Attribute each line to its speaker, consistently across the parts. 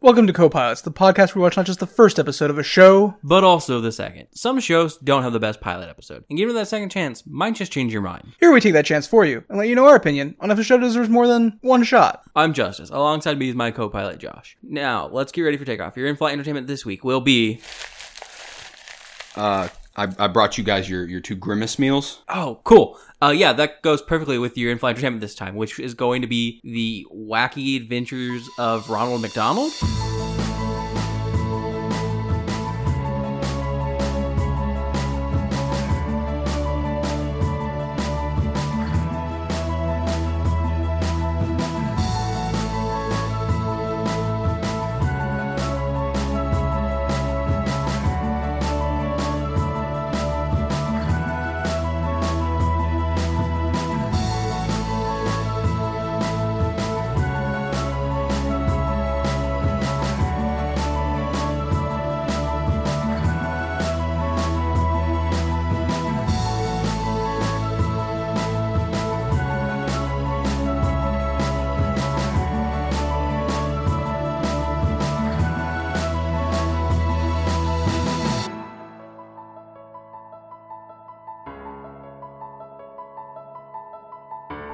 Speaker 1: Welcome to Copilots, the podcast where we watch not just the first episode of a show.
Speaker 2: but also the second. Some shows don't have the best pilot episode, and given that second chance, might just change your mind.
Speaker 1: Here we take that chance for you and let you know our opinion on if a show deserves more than one shot.
Speaker 2: I'm Justice. Alongside me is my co-pilot Josh. Now, let's get ready for takeoff. Your in-flight entertainment this week will be
Speaker 3: Uh, I, I brought you guys your, your two grimace meals.
Speaker 2: oh, cool. Uh, yeah, that goes perfectly with your in-flight entertainment this time, which is going to be the wacky adventures of Ronald McDonald.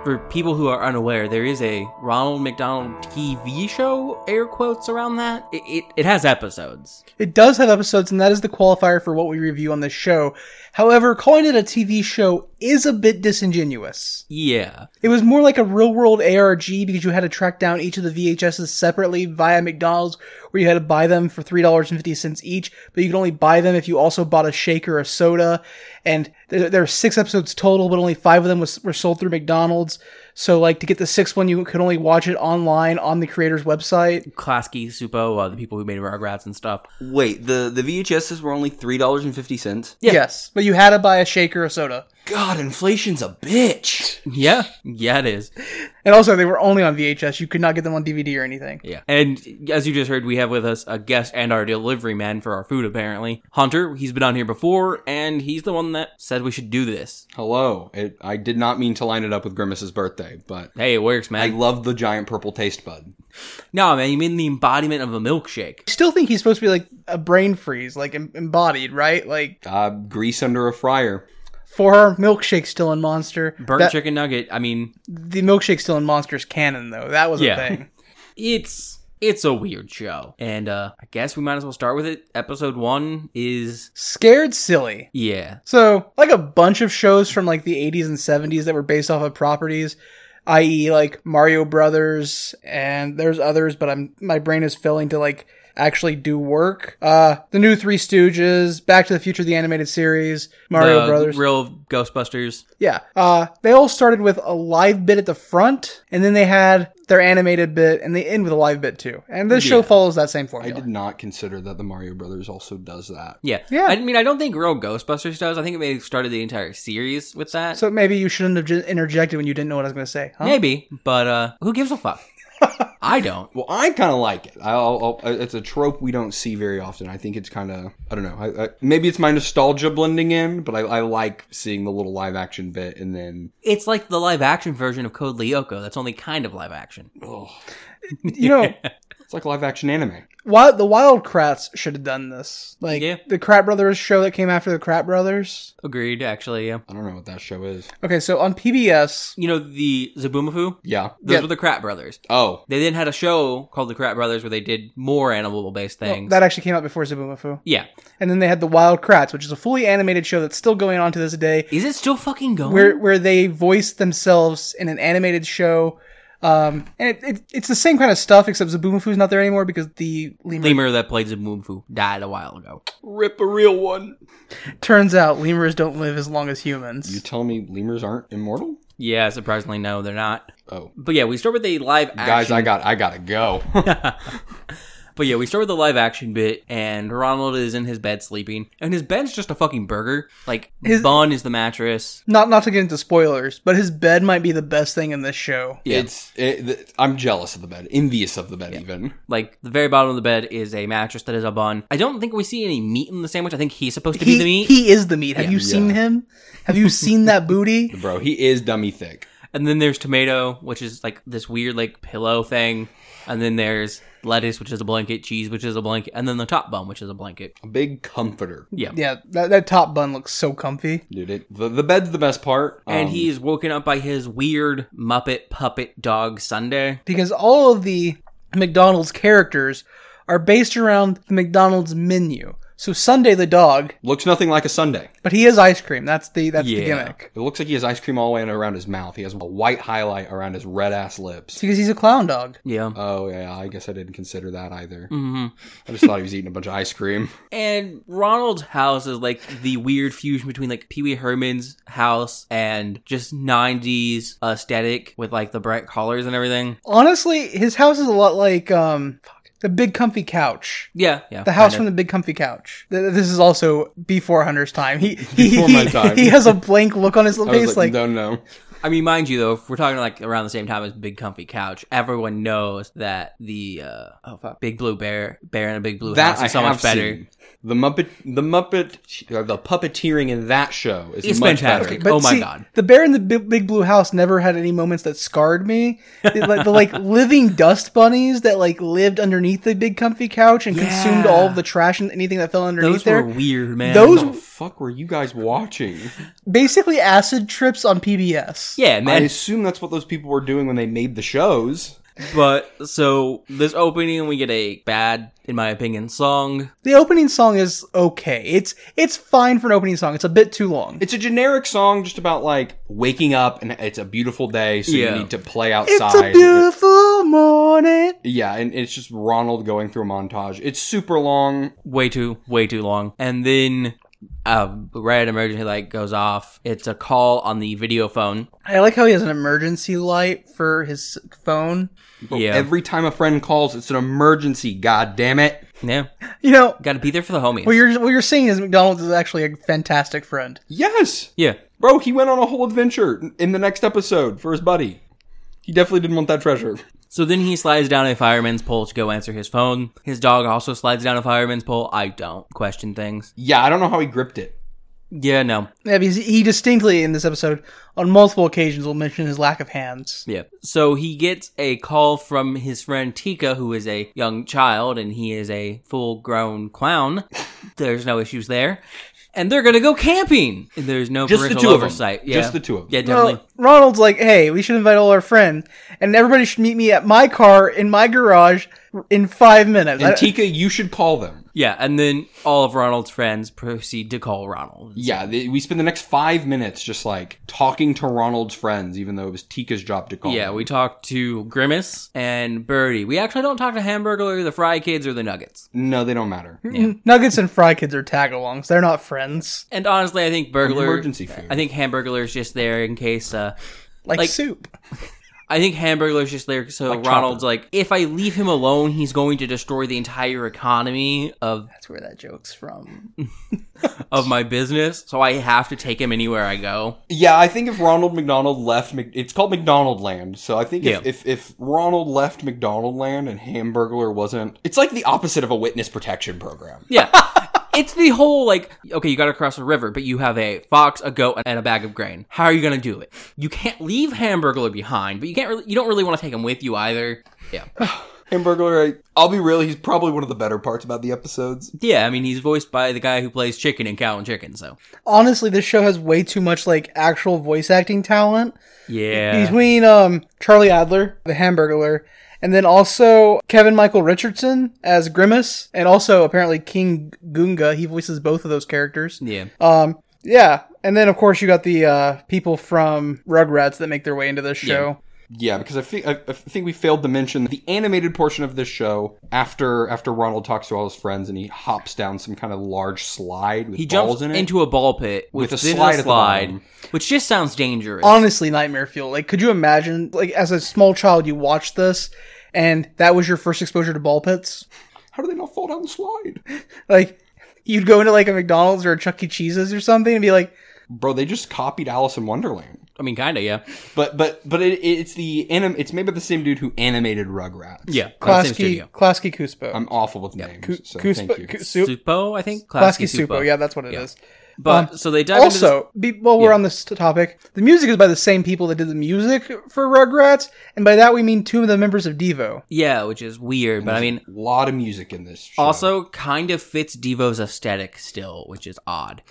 Speaker 2: For people who are unaware, there is a Ronald McDonald TV show, air quotes around that. It, it, it has episodes.
Speaker 1: It does have episodes, and that is the qualifier for what we review on this show. However, calling it a TV show is a bit disingenuous.
Speaker 2: Yeah.
Speaker 1: It was more like a real world ARG because you had to track down each of the VHSs separately via McDonald's, where you had to buy them for $3.50 each, but you could only buy them if you also bought a shake or a soda. And there, there are six episodes total, but only five of them was, were sold through McDonald's. So, like, to get the sixth one, you could only watch it online on the creator's website.
Speaker 2: Klasky, Supo, uh, the people who made Rugrats and stuff.
Speaker 3: Wait, the, the VHSs were only three dollars and fifty cents.
Speaker 2: Yeah.
Speaker 1: Yes, but you had to buy a shake or a soda.
Speaker 3: God, inflation's a bitch.
Speaker 2: Yeah. Yeah, it is.
Speaker 1: And also, they were only on VHS. You could not get them on DVD or anything.
Speaker 2: Yeah. And as you just heard, we have with us a guest and our delivery man for our food, apparently. Hunter, he's been on here before, and he's the one that said we should do this.
Speaker 3: Hello, it, I did not mean to line it up with Grimace's birthday, but
Speaker 2: Hey, it works,
Speaker 3: I
Speaker 2: man.
Speaker 3: love the giant purple taste bud.
Speaker 2: no, man, you mean the embodiment of a milkshake.
Speaker 1: I still think he's supposed to be like a brain freeze, like em- embodied, right? Like
Speaker 3: Uh, grease under a fryer.
Speaker 1: for our milkshake still in Monster.
Speaker 2: Burnt
Speaker 1: That-
Speaker 2: chicken nugget. I mean,
Speaker 1: The milkshake still in Monster's canon, though. That was
Speaker 2: Yeah.
Speaker 1: a thing.
Speaker 2: it's it's a weird show. And uh I guess we might as well start with it. Episode 1 is
Speaker 1: Scared Silly.
Speaker 2: yeah.
Speaker 1: So, like a bunch of shows from like the 80s and 70s that were based off of properties, i.e., like Mario Brothers, and there's others, but I'm my brain is failing to like actually do work. Uh, the new Three Stooges, Back to the Future, the animated series, Mario
Speaker 2: The
Speaker 1: Brothers.
Speaker 2: Real Ghostbusters.
Speaker 1: Yeah. Uh, they all started with a live bit at the front, and then they had their animated bit, and they end with a live bit too. And this show follows that same
Speaker 3: I
Speaker 1: formula.
Speaker 3: did not consider that the Mario Brothers also does that.
Speaker 2: Yeah.
Speaker 1: Yeah.
Speaker 2: I mean, I don't think Real Ghostbusters does. I think it may have started the entire series with that.
Speaker 1: So maybe you shouldn't have ju- interjected when you didn't know what I was going to say, huh?
Speaker 2: Maybe, but uh who gives a fuck? I don't.
Speaker 3: Well, I kind of like it. I'll, I'll, it's a trope we don't see very often. I think it's kind of I don't know. I, I, maybe it's my nostalgia blending in, but I, I like seeing the little live action bit and then
Speaker 2: It's like the live action version of Code Lyoko. That's only kind of live action.
Speaker 3: oh,
Speaker 1: You know,
Speaker 3: it's like live action anime.
Speaker 1: Wild, the Wild Kratts should have done this. Like
Speaker 2: Yeah.
Speaker 1: the Krat Brothers show that came after the Krat Brothers.
Speaker 2: Agreed, actually. Yeah.
Speaker 3: I don't know what that show is.
Speaker 1: Okay, so on PBS,
Speaker 2: You know the Zaboomafoo?
Speaker 3: Yeah.
Speaker 2: Those
Speaker 1: Yeah.
Speaker 2: were the Krat Brothers.
Speaker 3: Oh,
Speaker 2: They then had a show called the Krat Brothers where they did more animal based things.
Speaker 1: that actually came out before Zaboomafoo.
Speaker 2: yeah.
Speaker 1: And then they had the Wild Kratts, which is a fully animated show that's still going on to this day.
Speaker 2: Is it still fucking going?
Speaker 1: where where they voice themselves in an animated show. Um, and it, it, it's the same kind of stuff, except Zaboomafu's not there anymore because the lemur.
Speaker 2: Lemur that played Zaboomafoo died a while ago.
Speaker 3: rip a real one.
Speaker 1: Turns out lemurs don't live as long as humans.
Speaker 3: You telling me lemurs aren't immortal?
Speaker 2: Yeah, surprisingly, no, they're not.
Speaker 3: Oh,
Speaker 2: But yeah, we start with a live action.
Speaker 3: guys, I got I gotta go.
Speaker 2: But yeah, we start with the live action bit, and Ronald is in his bed sleeping, and his bed's just a fucking burger. Like
Speaker 1: His-
Speaker 2: bun is the mattress.
Speaker 1: Not not to get into spoilers, but his bed might be the best thing in this show.
Speaker 2: Yeah.
Speaker 3: It's it, th- I'm jealous of the bed, envious of the bed even.
Speaker 2: Like the very bottom of the bed is a mattress that is a bun. I don't think we see any meat in the sandwich. I think he's supposed to be
Speaker 1: He,
Speaker 2: the meat.
Speaker 1: he is the meat. Have you seen
Speaker 3: Yeah.
Speaker 1: him? Have you seen that booty?
Speaker 3: Bro, he is dummy thick.
Speaker 2: and then there's tomato, which is like this weird like pillow thing. And then there's lettuce, which is a blanket, cheese, which is a blanket, and then the top bun, which is a blanket.
Speaker 3: A big comforter,
Speaker 2: Yeah.
Speaker 1: Yeah, that, that top bun looks so comfy.
Speaker 3: dude. It, the, the bed's the best part.
Speaker 2: And
Speaker 3: Um,
Speaker 2: he is woken up by his weird Muppet puppet dog Sunday.
Speaker 1: Because all of the McDonald's characters are based around the McDonald's menu. So Sunday the dog,
Speaker 3: looks nothing like a Sunday.
Speaker 1: but he is ice cream. That's the that's the
Speaker 2: Yeah.
Speaker 1: gimmick.
Speaker 3: It looks like he has ice cream all the way around his mouth. He has a white highlight around his red ass
Speaker 1: It's
Speaker 3: lips.
Speaker 1: because he's a clown dog.
Speaker 2: Yeah.
Speaker 3: Oh yeah, I guess I didn't consider that either.
Speaker 2: hmm
Speaker 3: I just thought he was eating a bunch of ice cream.
Speaker 2: And Ronald's house is like the weird fusion between like Pee Wee Herman's house and just 90s aesthetic with like the bright collars and everything.
Speaker 1: Honestly, his house is a lot like um fuck, the big comfy couch.
Speaker 2: Yeah. Yeah.
Speaker 1: The house from
Speaker 2: kinda.
Speaker 1: the big comfy couch. Th- This is also before Hunter's time. He he,
Speaker 3: Before
Speaker 1: he,
Speaker 3: my time.
Speaker 1: he has a blank look on his
Speaker 3: I was
Speaker 1: face,
Speaker 3: like,
Speaker 1: like,
Speaker 3: no, no.
Speaker 2: I mean, mind you, though, if we're talking like around the same time as Big Comfy Couch, everyone knows that the uh, oh fuck, Big Blue Bear, Bear in a Big Blue
Speaker 3: That
Speaker 2: House
Speaker 3: I
Speaker 2: is so
Speaker 3: have
Speaker 2: much better.
Speaker 3: seen. The Muppet, the Muppet, uh, the puppeteering in that show is
Speaker 2: It's
Speaker 3: much
Speaker 2: fantastic.
Speaker 3: better.
Speaker 1: But
Speaker 2: Oh my
Speaker 1: see,
Speaker 2: God.
Speaker 1: The Bear in the Big, Big Blue House never had any moments that scarred me. The, like, the like living dust bunnies that like lived underneath the big comfy couch and consumed
Speaker 2: Yeah.
Speaker 1: all of the trash and anything that fell underneath
Speaker 2: Those
Speaker 1: there.
Speaker 2: were weird, man.
Speaker 1: Those-
Speaker 3: What the fuck were you guys watching?
Speaker 1: Basically, acid trips on PBS.
Speaker 2: yeah,
Speaker 3: I
Speaker 2: man.
Speaker 3: assume that's what those people were doing when they made the shows.
Speaker 2: But so this opening, we get a bad, in my opinion, song.
Speaker 1: The opening song is okay. It's it's fine for an opening song. It's a bit too long.
Speaker 3: It's a generic song just about like waking up and it's a beautiful day, so
Speaker 2: Yeah.
Speaker 3: you need to play
Speaker 1: It's
Speaker 3: outside.
Speaker 1: a beautiful morning.
Speaker 3: yeah, and it's just Ronald going through a montage. It's super long.
Speaker 2: way too way too long and then a red emergency light goes off it's a call on the video phone
Speaker 1: I like how he has an emergency light for his phone.
Speaker 3: But
Speaker 2: Yeah.
Speaker 3: every time a friend calls, it's an emergency. God damn it!
Speaker 2: yeah
Speaker 1: You know
Speaker 2: gotta be there for the homies
Speaker 1: what you're what you're saying is McDonald's is actually a fantastic friend.
Speaker 3: Yes,
Speaker 2: yeah
Speaker 3: bro. He went on a whole adventure in the next episode for his buddy. He definitely didn't want that treasure.
Speaker 2: so then he slides down a fireman's pole to go answer his phone his dog also slides down a fireman's pole i don't question things
Speaker 3: Yeah, I don't know how he gripped it.
Speaker 2: yeah no
Speaker 1: Yeah, because he distinctly in this episode, on multiple occasions, will mention his lack of hands.
Speaker 2: yeah so he gets a call from his friend tika who is a young child and he is a full grown clown there's no issues there and they're gonna go camping and there's no
Speaker 3: Just the
Speaker 2: parental
Speaker 3: two of 'em.
Speaker 2: oversight yeah
Speaker 3: Just the two of 'em.
Speaker 2: yeah definitely
Speaker 1: Well, Ronald's like, "Hey, we should invite all our friends, and everybody should meet me at my car in my garage in five minutes." I-
Speaker 3: And Tika, you should call them.
Speaker 2: Yeah, and then all of Ronald's friends proceed to call Ronald.
Speaker 3: Yeah, they, we spend the next five minutes just like talking to Ronald's friends, even though it was Tika's job to call.
Speaker 2: Yeah,
Speaker 3: them.
Speaker 2: we talk to Grimace and Birdie. We actually don't talk to Hamburger or the Fry Kids or the Nuggets.
Speaker 3: no, they don't matter.
Speaker 1: Nuggets and Fry Kids are tag-alongs; they're not friends.
Speaker 2: And honestly, I think Burglar.
Speaker 3: Emergency food.
Speaker 2: I think Hamburglar's just there in case. Uh,
Speaker 1: Like,
Speaker 2: Like-
Speaker 1: soup.
Speaker 2: I think Hamburglar's just there so
Speaker 3: Like
Speaker 2: Ronald's like, if I leave him alone, he's going to destroy the entire economy of
Speaker 1: That's where that joke's from.
Speaker 2: of my business. So I have to take him anywhere I go.
Speaker 3: Yeah, I think if Ronald McDonald left, Mc- it's called McDonald Land. So I think if,
Speaker 2: Yeah.
Speaker 3: if if Ronald left McDonald Land and Hamburglar wasn't, it's like the opposite of a witness protection program.
Speaker 2: Yeah. It's the whole like okay, you got to cross a river, but you have a fox, a goat, and a bag of grain. How are you gonna do it? You can't leave Hamburglar behind, but you can't really, you don't really want to take him with you either. Yeah,
Speaker 3: Hamburglar, I- I'll be real, he's probably one of the better parts about the episodes.
Speaker 2: yeah. I mean, he's voiced by the guy who plays Chicken and Cow and Chicken, so
Speaker 1: Honestly, this show has way too much like actual voice acting talent
Speaker 2: yeah,
Speaker 1: between um Charlie Adler, the Hamburglar, and then also Kevin Michael Richardson as Grimace, and also apparently King Goonga. He voices both of those characters.
Speaker 2: yeah.
Speaker 1: Um, yeah, and then of course you got the uh, people from Rugrats that make their way into this show.
Speaker 3: Yeah, because I, thi- I, I think we failed to mention the animated portion of this show after after Ronald talks to all his friends and he hops down some kind of large slide with
Speaker 2: He
Speaker 3: balls
Speaker 2: jumps
Speaker 3: in it.
Speaker 2: into a ball pit
Speaker 3: With a
Speaker 2: within
Speaker 3: slide at the bottom.
Speaker 2: which just sounds dangerous.
Speaker 1: Honestly, nightmare fuel. Like, could you imagine? Like, as a small child, you watched this, and that was your first exposure to ball pits.
Speaker 3: How do they not fall down the slide?
Speaker 1: Like, you'd go into like a McDonald's or a Chuck E. Cheese's or something, and be like,
Speaker 3: Bro, they just copied Alice in Wonderland.
Speaker 2: I mean, kind of, yeah,
Speaker 3: But but but it, it's the anim. It's made by the same dude who animated Rugrats.
Speaker 2: yeah. Same
Speaker 1: "Klasky,
Speaker 2: studio.
Speaker 1: Klasky Kuspo,
Speaker 3: I'm awful with names. so
Speaker 1: Kus-
Speaker 3: thank you.
Speaker 1: Kus- Sup-
Speaker 2: Supo, I think.
Speaker 1: Klasky
Speaker 2: Klasky
Speaker 1: Supo." Yeah, that's what it is.
Speaker 2: But
Speaker 3: Um,
Speaker 2: so they dive into
Speaker 1: also, be, while we're
Speaker 2: Yeah.
Speaker 1: on this t- topic, the music is by the same people that did the music for Rugrats, and by that we mean two of the members of Devo.
Speaker 2: this, yeah, which is weird, but I mean
Speaker 3: a lot of music in this. show.
Speaker 2: also kind of fits Devo's aesthetic still, which is odd.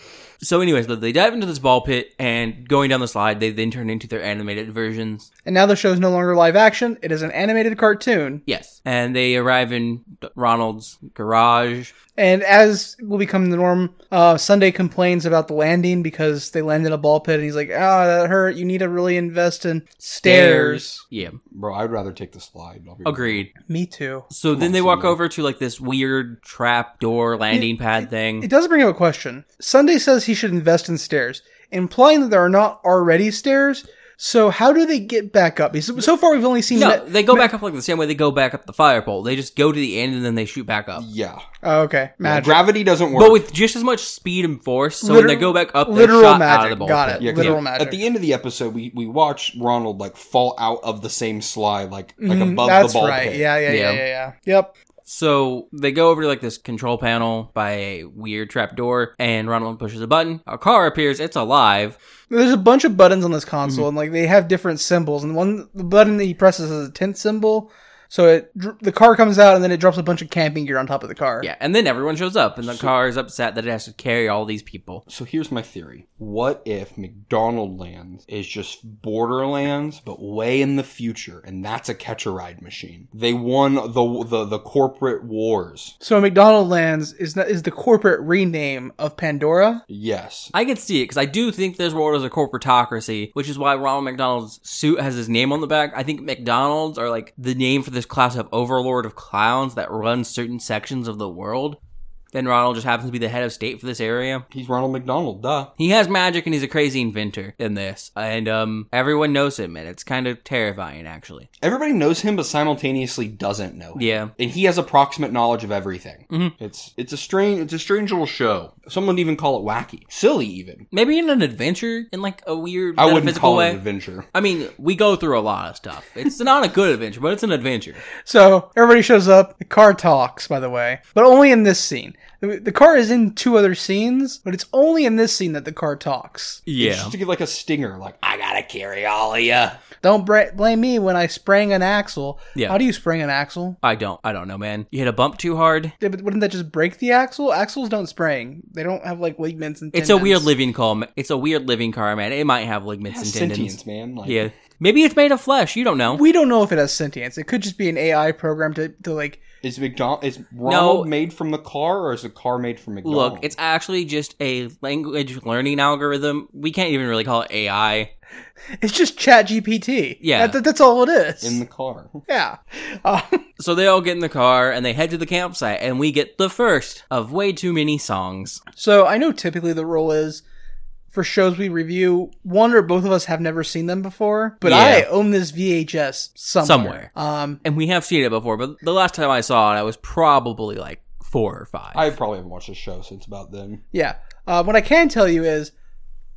Speaker 2: So, anyways, they dive into this ball pit and going down the slide, they then turn into their animated versions.
Speaker 1: And now the show is no longer live action; it is an animated cartoon.
Speaker 2: Yes, and they arrive in Ronald's garage.
Speaker 1: And as will become the norm, uh, Sunday complains about the landing because they land in a ball pit, and he's like, "Ah, that hurt. You need to really invest in stairs."
Speaker 2: Yeah,
Speaker 3: bro, I'd rather take the slide. I'll be-
Speaker 2: agreed.
Speaker 1: Me too.
Speaker 2: So then they walk over to like this weird trap door landing pad thing.
Speaker 1: It does bring up a question. Sunday says he should invest in stairs, implying that there are not already stairs. So how do they get back up? Because so far we've only seen.
Speaker 2: No,
Speaker 1: that-
Speaker 2: they go back up like the same way they go back up the fire pole. They just go to the end and then they shoot back up.
Speaker 3: Yeah,
Speaker 1: Oh, okay, magic.
Speaker 3: gravity doesn't work.
Speaker 2: But with just as much speed and force, so when
Speaker 1: Literal-
Speaker 2: they go back up, they're
Speaker 1: literal
Speaker 2: shot out
Speaker 1: magic.
Speaker 2: of the ball.
Speaker 1: Got
Speaker 2: pit.
Speaker 1: it.
Speaker 3: Yeah, 'cause
Speaker 1: Literal
Speaker 3: at-
Speaker 1: magic.
Speaker 3: At the end of the episode, we we watch Ronald like fall out of the same slide, like like above
Speaker 1: Mm-hmm. That's
Speaker 3: the ball
Speaker 1: right.
Speaker 3: pit.
Speaker 1: Yeah, yeah, yeah,
Speaker 2: Yeah.
Speaker 1: yeah, yeah, Yep.
Speaker 2: So they go over to like this control panel by a weird trapdoor, and Ronald pushes a button. A car appears. It's alive.
Speaker 1: There's a bunch of buttons on this
Speaker 3: Mm-hmm.
Speaker 1: console, and like they have different symbols. And one, the button that he presses is a tent symbol. So it dr- the car comes out, and then it drops a bunch of camping gear on top of the car.
Speaker 2: Yeah, and then everyone shows up, and the car is upset that it has to carry all these people.
Speaker 3: So here's my theory: What if McDonald Lands is just Borderlands, but way in the future, and that's a catch a ride machine? They won the the the corporate wars.
Speaker 1: So McDonald Lands is not, is the corporate rename of Pandora.
Speaker 3: Yes,
Speaker 2: I can see it because I do think this world is a corporatocracy, which is why Ronald McDonald's suit has his name on the back. I think McDonald's are like the name for this class of overlord of clowns that runs certain sections of the world. Then Ronald just happens to be the head of state for this area.
Speaker 3: he's Ronald McDonald. Duh.
Speaker 2: He has magic and he's a crazy inventor in this, and um, everyone knows him, and it's kind of terrifying, actually.
Speaker 3: Everybody knows him, but simultaneously doesn't know him.
Speaker 2: Yeah.
Speaker 3: and he has approximate knowledge of everything.
Speaker 1: Mm-hmm.
Speaker 3: It's it's a strange it's a strange little show. Someone would even call it wacky, silly. Even
Speaker 2: Maybe in an adventure, in like a weird
Speaker 3: I wouldn't
Speaker 2: metaphysical
Speaker 3: call it
Speaker 2: way.
Speaker 3: an adventure.
Speaker 2: I mean, we go through a lot of stuff. It's not a good adventure, but it's an adventure.
Speaker 1: So everybody shows up. The car talks, by the way, but only in this scene. The the car is in two other scenes, but it's only in this scene that the car talks.
Speaker 3: It's just to give like a stinger, like I gotta carry all of you.
Speaker 1: Don't bra- blame me when I sprang an axle.
Speaker 2: Yeah.
Speaker 1: How do you spring an axle?
Speaker 2: I don't. I don't know, man. You hit a bump too hard.
Speaker 1: Yeah, but wouldn't that just break the axle? Axles don't spring. They don't have like ligaments and.
Speaker 2: It's a weird
Speaker 1: tendons.
Speaker 2: living car. ma- It's a weird living car, man. It might have ligaments and tendons.
Speaker 3: Sentience, man. Like,
Speaker 2: Yeah. Maybe it's made of flesh. You don't know.
Speaker 1: We don't know if it has sentience. It could just be an AI program to, to like.
Speaker 3: Is McDonald is Ronald made from the car or is the car made from McDonald?
Speaker 2: Look, it's actually just a language learning algorithm. We can't even really call it AI.
Speaker 1: It's just Chat GPT.
Speaker 2: Yeah.
Speaker 1: That- that- that's all it is.
Speaker 3: in the car.
Speaker 1: yeah. Uh,
Speaker 2: So they all get in the car and they head to the campsite, and we get the first of way too many songs.
Speaker 1: so I know typically the rule is. For shows we review, one or both of us have never seen them before, but
Speaker 2: Yeah.
Speaker 1: I own this VHS somewhere.
Speaker 2: Somewhere.
Speaker 1: Um,
Speaker 2: And we have seen it before, but the last time I saw it, I was probably like four or five.
Speaker 3: I probably haven't watched the show since about then.
Speaker 1: yeah. Uh, what I can tell you is,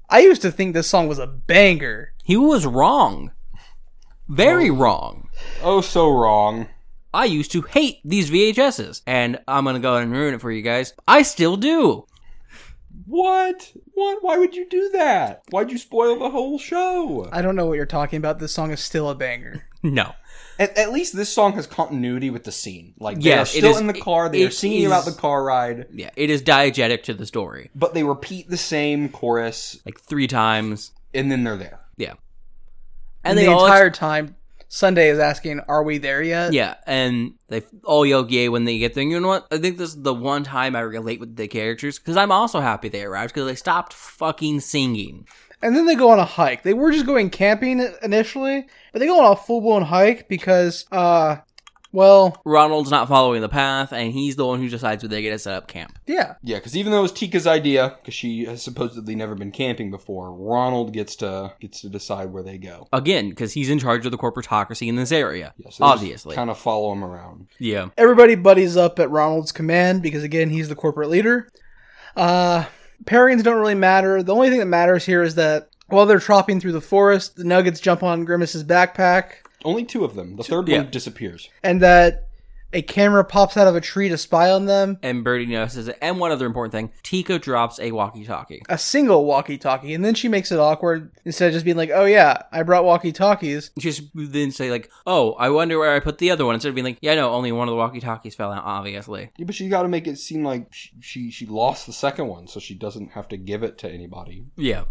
Speaker 1: I used to think this song was a banger.
Speaker 2: he was wrong. Very wrong.
Speaker 3: Oh, so wrong.
Speaker 2: I used to hate these VHSs, and I'm gonna go ahead and ruin it for you guys. I still do.
Speaker 3: What? What? Why would you do that? Why'd you spoil the whole show?
Speaker 1: I don't know what you're talking about. This song is still a banger.
Speaker 2: No.
Speaker 3: At, at least this song has continuity with the scene. Like they
Speaker 2: Yes,
Speaker 3: are
Speaker 2: it
Speaker 3: still
Speaker 2: is-
Speaker 3: in the car. They
Speaker 2: it
Speaker 3: are singing
Speaker 2: is-
Speaker 3: about the car ride,
Speaker 2: Yeah, it is diegetic to the story.
Speaker 3: but they repeat the same chorus,
Speaker 2: Like three times.
Speaker 3: and then they're there.
Speaker 2: Yeah.
Speaker 1: And
Speaker 2: they
Speaker 1: the
Speaker 2: all
Speaker 1: entire time, Sunday is asking, "Are we there yet?"
Speaker 2: Yeah, and they all yell gay when they get there. You know what? I think this is the one time I relate with the characters because I'm also happy they arrived because they stopped fucking singing.
Speaker 1: And then they go on a hike. They were just going camping initially, but they go on a full blown hike because, uh, well,
Speaker 2: Ronald's not following the path, and he's the one who decides where they get to set up camp.
Speaker 1: yeah,
Speaker 3: Yeah, because even though it was Tika's idea, because she has supposedly never been camping before, Ronald gets to gets to decide where they go.
Speaker 2: Again, because he's in charge of the corporatocracy in this area.
Speaker 3: Yeah, so
Speaker 2: obviously.
Speaker 3: kind of follow him around.
Speaker 2: yeah.
Speaker 1: everybody buddies up at Ronald's command because again, he's the corporate leader. Uh, pairings don't really matter. The only thing that matters here is that while they're tropping through the forest, the Nuggets jump on Grimace's backpack,
Speaker 3: Only two of them. The third
Speaker 2: yeah.
Speaker 3: one disappears.
Speaker 1: and that A camera pops out of a tree to spy on them.
Speaker 2: And Birdie notices it. And one other important thing Tika drops a walkie talkie.
Speaker 1: A single walkie talkie. And then she makes it awkward instead of just being like, oh yeah, I brought walkie talkies.
Speaker 2: Just then say, like, oh, I wonder where I put the other one. Instead of being like, yeah, no, only one of the walkie talkies fell out, obviously.
Speaker 3: Yeah, but you got to make it seem like she, she she lost the second one, so she doesn't have to give it to anybody.
Speaker 2: Yeah.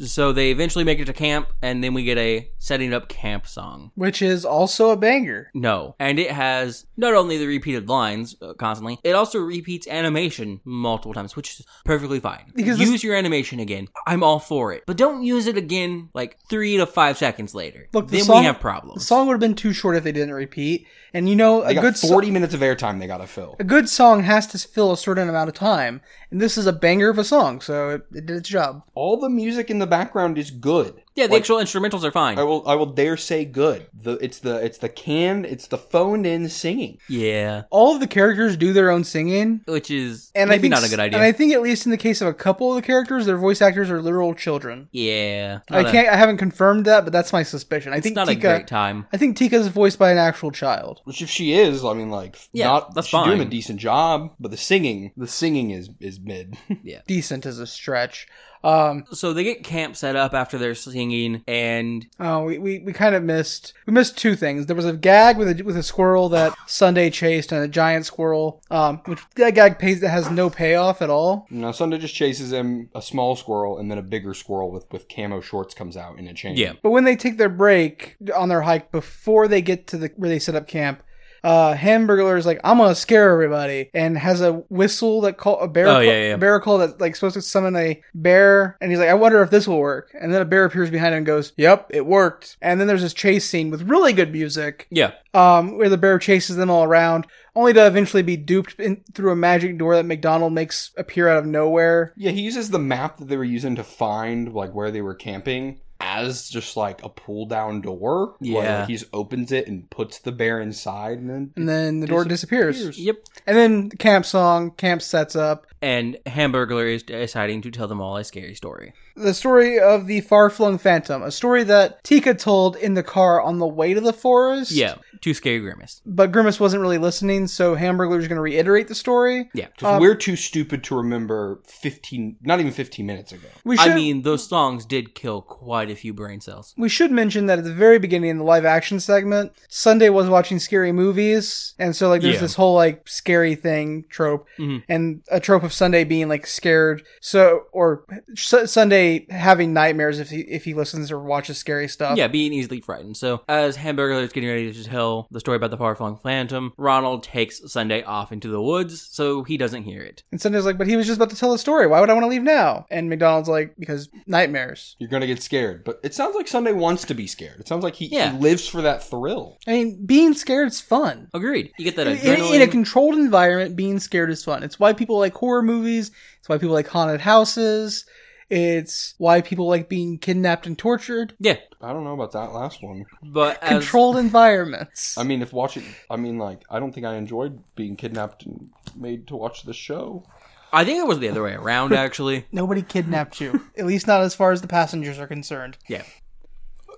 Speaker 2: So they eventually make it to camp, and then we get a setting up camp song.
Speaker 1: Which is also a banger.
Speaker 2: No. And it has not only the repeated lines uh, constantly, it also repeats animation multiple times, which is perfectly fine.
Speaker 1: Because this-
Speaker 2: use your animation again. I'm all for it. But don't use it again like three to five seconds later.
Speaker 1: Look, the
Speaker 2: then
Speaker 1: song-
Speaker 2: we have
Speaker 1: The
Speaker 2: problems.
Speaker 1: song would have been too short if they didn't repeat. And you know,
Speaker 3: They
Speaker 1: a
Speaker 3: got
Speaker 1: good so-
Speaker 3: forty minutes of airtime they got to fill.
Speaker 1: a good song has to fill a certain amount of time, and this is a banger of a song, so it, it did its job.
Speaker 3: All the music in the background is good.
Speaker 2: yeah, the
Speaker 3: Like,
Speaker 2: actual instrumentals are fine.
Speaker 3: I will I will dare say good. The it's the it's the canned it's the phoned in singing.
Speaker 2: yeah.
Speaker 1: All of the characters do their own singing,
Speaker 2: Which is
Speaker 1: and I
Speaker 2: maybe
Speaker 1: think
Speaker 2: not a
Speaker 1: s-
Speaker 2: good idea.
Speaker 1: And I think at least in the case of a couple of the characters, their voice actors are literal children.
Speaker 2: yeah.
Speaker 1: I
Speaker 2: Not a-
Speaker 1: can't, I I haven't confirmed that, but that's my suspicion. I
Speaker 2: It's
Speaker 1: think
Speaker 2: not
Speaker 1: Tika,
Speaker 2: a great time.
Speaker 1: I think Tika's voiced by an actual child.
Speaker 3: Which if she is, I mean like
Speaker 2: Yeah,
Speaker 3: not
Speaker 2: that's
Speaker 3: she's doing
Speaker 2: fine.
Speaker 3: a decent job, but the singing the singing is is mid.
Speaker 1: Decent is a stretch. Um,
Speaker 2: So they get camp set up after they're singing, and
Speaker 1: oh, we, we, we kind of missed we missed two things. There was a gag with a with a squirrel that Sunday chased, and a giant squirrel, um, which that gag pays that has no payoff at all.
Speaker 3: now Sunday just chases him a small squirrel and then a bigger squirrel with with camo shorts comes out in a chain.
Speaker 2: yeah,
Speaker 1: But when they take their break on their hike before they get to the where they set up camp, uh, Hamburglar is like, "I'm gonna scare everybody," and has a whistle that call a bear
Speaker 2: Oh,
Speaker 1: call,
Speaker 2: yeah, yeah.
Speaker 1: a bear call that's like supposed to summon a bear, and he's like, "I wonder if this will work." And then a bear appears behind him and goes, "Yep, it worked." And then there's this chase scene with really good music,
Speaker 2: yeah.
Speaker 1: um, where the bear chases them all around, only to eventually be duped in, through a magic door that McDonald makes appear out of nowhere.
Speaker 3: Yeah, he uses the map that they were using to find like where they were camping as just like a pull down door. where
Speaker 2: Yeah.
Speaker 3: he just opens it and puts the bear inside, and then
Speaker 1: And then the door disappears.
Speaker 3: Disappears.
Speaker 2: Yep.
Speaker 1: And then camp song, camp sets up.
Speaker 2: And Hamburglar is deciding to tell them all a scary story.
Speaker 1: the story of the far-flung phantom a story that tika told in the car on the way to the forest
Speaker 2: Yeah, too scary grimace.
Speaker 1: but grimace wasn't really listening so hamburger was going to reiterate the story
Speaker 2: Yeah,
Speaker 3: because we're too stupid to remember fifteen, not even fifteen minutes ago.
Speaker 1: we should
Speaker 2: I mean those songs did kill quite a few brain cells.
Speaker 1: we should mention that at the very beginning in the live action segment sunday was watching scary movies and so like there's
Speaker 2: Yeah.
Speaker 1: this whole like scary thing trope
Speaker 2: Mhm.
Speaker 1: and a trope of sunday being like scared so or Su- sunday having nightmares if he if he listens or watches scary stuff
Speaker 2: Yeah, being easily frightened. So as Hamburglar is getting ready to tell the story about the far-flung phantom, Ronald takes Sunday off into the woods so he doesn't hear it.
Speaker 1: And Sunday's like, but he was just about to tell a story. Why would I want to leave now? And McDonald's like, because nightmares.
Speaker 3: You're gonna get scared, but it sounds like Sunday wants to be scared. It sounds like he, he
Speaker 2: Yeah.
Speaker 3: lives for that thrill.
Speaker 1: I mean, being scared's fun.
Speaker 2: Agreed. You get that
Speaker 1: In, in-
Speaker 2: adrenaline.
Speaker 1: in a controlled environment, being scared is fun. It's why people like horror movies. It's why people like haunted houses. It's why people like being kidnapped and tortured.
Speaker 2: yeah,
Speaker 3: I don't know about that last one.
Speaker 2: but as
Speaker 1: Controlled environments.
Speaker 3: I mean, if watching, I mean, like, I don't think I enjoyed being kidnapped and made to watch the show.
Speaker 2: I think it was the other way around actually.
Speaker 1: Nobody kidnapped you. At least not as far as the passengers are concerned.
Speaker 2: Yeah.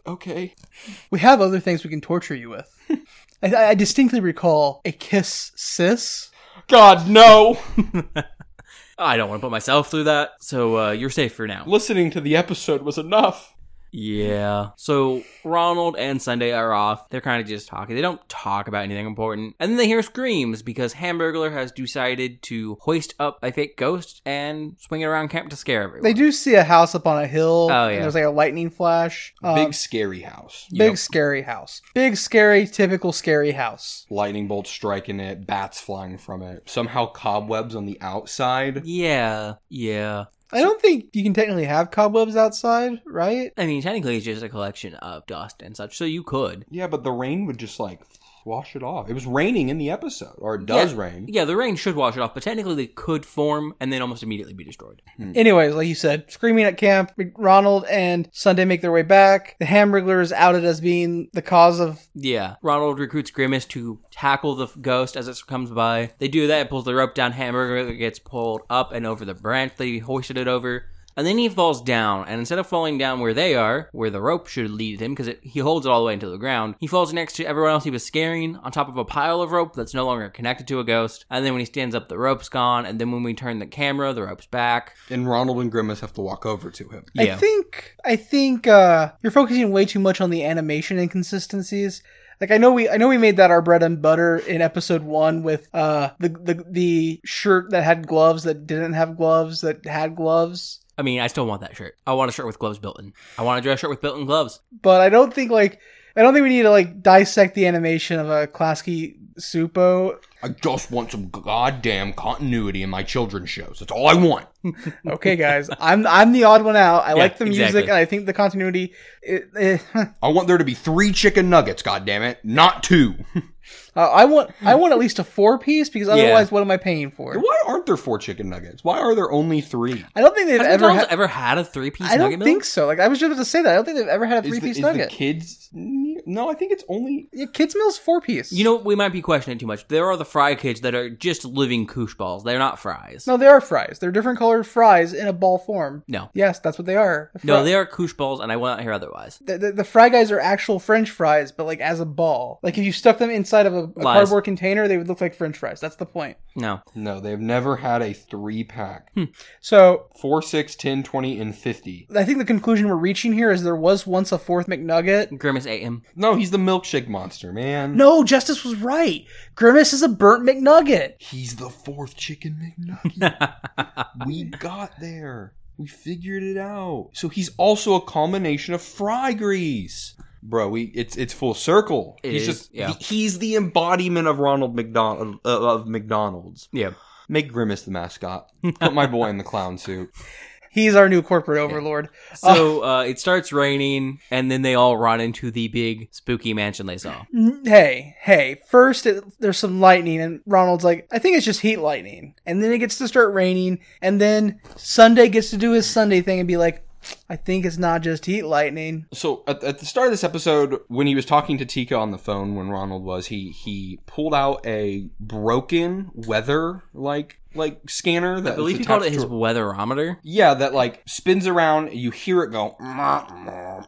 Speaker 3: Okay,
Speaker 1: We have other things we can torture you with. I, I distinctly recall a kiss sis.
Speaker 3: God no.
Speaker 2: I don't want to put myself through that. So uh, you're safe for now.
Speaker 3: Listening to the episode was enough.
Speaker 2: Yeah. So Ronald and Sunday are off. They're kind of just talking. They don't talk about anything important. And then they hear screams because Hamburglar has decided to hoist up a fake ghost and swing it around camp to scare everyone.
Speaker 1: They do see a house up on a hill.
Speaker 2: Oh,
Speaker 1: and
Speaker 2: yeah.
Speaker 1: there's like a lightning flash. Um,
Speaker 3: Big scary house.
Speaker 1: Big
Speaker 2: Yep.
Speaker 1: scary house. Big scary, typical scary house.
Speaker 3: lightning bolts striking it, bats flying from it, somehow cobwebs on the outside.
Speaker 2: Yeah. Yeah.
Speaker 1: I don't think you can technically have cobwebs outside, right?
Speaker 2: I mean, technically, it's just a collection of dust and such. So you could.
Speaker 3: Yeah, but the rain would just like wash it off. It was raining in the episode, or it does
Speaker 2: Yeah.
Speaker 3: rain.
Speaker 2: Yeah, the rain should wash it off, but technically they could form and then almost immediately be destroyed.
Speaker 1: Anyways, like you said, screaming at camp, Ronald and Sunday make their way back. The Hamburglar is outed as being the cause of
Speaker 2: Yeah. Ronald recruits Grimace to tackle the ghost as it comes by. They do that, pulls the rope down, Hamburglar gets pulled up and over the branch they hoisted it over. And then he falls down, and instead of falling down where they are, where the rope should lead him, because he holds it all the way into the ground, he falls next to everyone else he was scaring on top of a pile of rope that's no longer connected to a ghost. And then when he stands up, the rope's gone. And then when we turn the camera, the rope's back.
Speaker 3: And Ronald and Grimace have to walk over to him.
Speaker 1: I think I think uh, you're focusing way too much on the animation inconsistencies. Like I know we I know we made that our bread and butter in episode one with uh the the, the shirt that had gloves that didn't have gloves that had gloves.
Speaker 2: I mean, I still want that shirt. I want a shirt with gloves built in. I want a dress shirt with built in gloves.
Speaker 1: But I don't think like I don't think we need to like dissect the animation of a Klasky Supo.
Speaker 3: I just want some goddamn continuity in my children's shows. That's all I want.
Speaker 1: Okay, guys, I'm I'm the odd one out. I like the music
Speaker 2: exactly.
Speaker 1: and I think the continuity. It, it,
Speaker 3: I want there to be three chicken nuggets, goddammit, not two.
Speaker 1: Uh, I want I want at least a four piece because otherwise, what am I paying for?
Speaker 3: Why aren't there four chicken nuggets? Why are there only three?
Speaker 1: I don't think they've
Speaker 2: Has
Speaker 1: ever.
Speaker 2: McDonald's
Speaker 1: had.
Speaker 2: ever had a three piece
Speaker 1: I don't
Speaker 2: nugget meal?
Speaker 1: think so. Like I was just about to say that. I don't think they've ever had a
Speaker 3: Is
Speaker 1: three
Speaker 3: the,
Speaker 1: piece
Speaker 3: is the
Speaker 1: nugget.
Speaker 3: kids? No, I think it's only.
Speaker 1: Yeah, kids meal's four piece.
Speaker 2: You know, we might be questioning too much. There are the fry kids that are just living koosh balls. They're not fries.
Speaker 1: no, they are fries. They're different colored fries in a ball form.
Speaker 2: No.
Speaker 1: Yes, that's what they are. The
Speaker 2: No,
Speaker 1: fri-
Speaker 2: they are koosh balls, and I will not hear otherwise.
Speaker 1: The, the, the fry guys are actual French fries, but like as a ball. Like if you stuck them inside of a, a
Speaker 2: Lies.
Speaker 1: cardboard container, they would look like French fries. That's the point.
Speaker 2: No.
Speaker 3: No, they've never had a three pack.
Speaker 1: Hmm. So
Speaker 3: Four, six, ten, twenty, and 50.
Speaker 1: I think the conclusion we're reaching here is there was once a fourth McNugget.
Speaker 2: Grimace ate him.
Speaker 3: No, he's the milkshake monster, man.
Speaker 1: No, Justice was right. Grimace is a burnt McNugget.
Speaker 3: He's the fourth chicken McNugget. we got there. We figured it out. So he's also a combination of fry grease. Bro, we it's it's full circle.
Speaker 2: It is,
Speaker 3: he's just
Speaker 2: yeah.
Speaker 3: he- he's the embodiment of Ronald McDonald uh, of McDonald's.
Speaker 2: Yeah.
Speaker 3: Make Grimace the mascot. Put my boy in the clown suit.
Speaker 1: He's our new corporate overlord.
Speaker 2: So uh, it starts raining, and then they all run into the big spooky mansion they saw.
Speaker 1: hey, hey, first it, there's some lightning, and Ronald's like, I think it's just heat lightning. And then it gets to start raining, and then Sunday gets to do his Sunday thing and be like, I think it's not just heat lightning.
Speaker 3: So at, at the start of this episode, when he was talking to Tika on the phone, when Ronald was, he he pulled out a broken weather like like scanner that
Speaker 2: I believe
Speaker 3: was
Speaker 2: he called it
Speaker 3: attached
Speaker 2: his
Speaker 3: to a-
Speaker 2: weatherometer.
Speaker 3: Yeah, that like spins around. You hear it go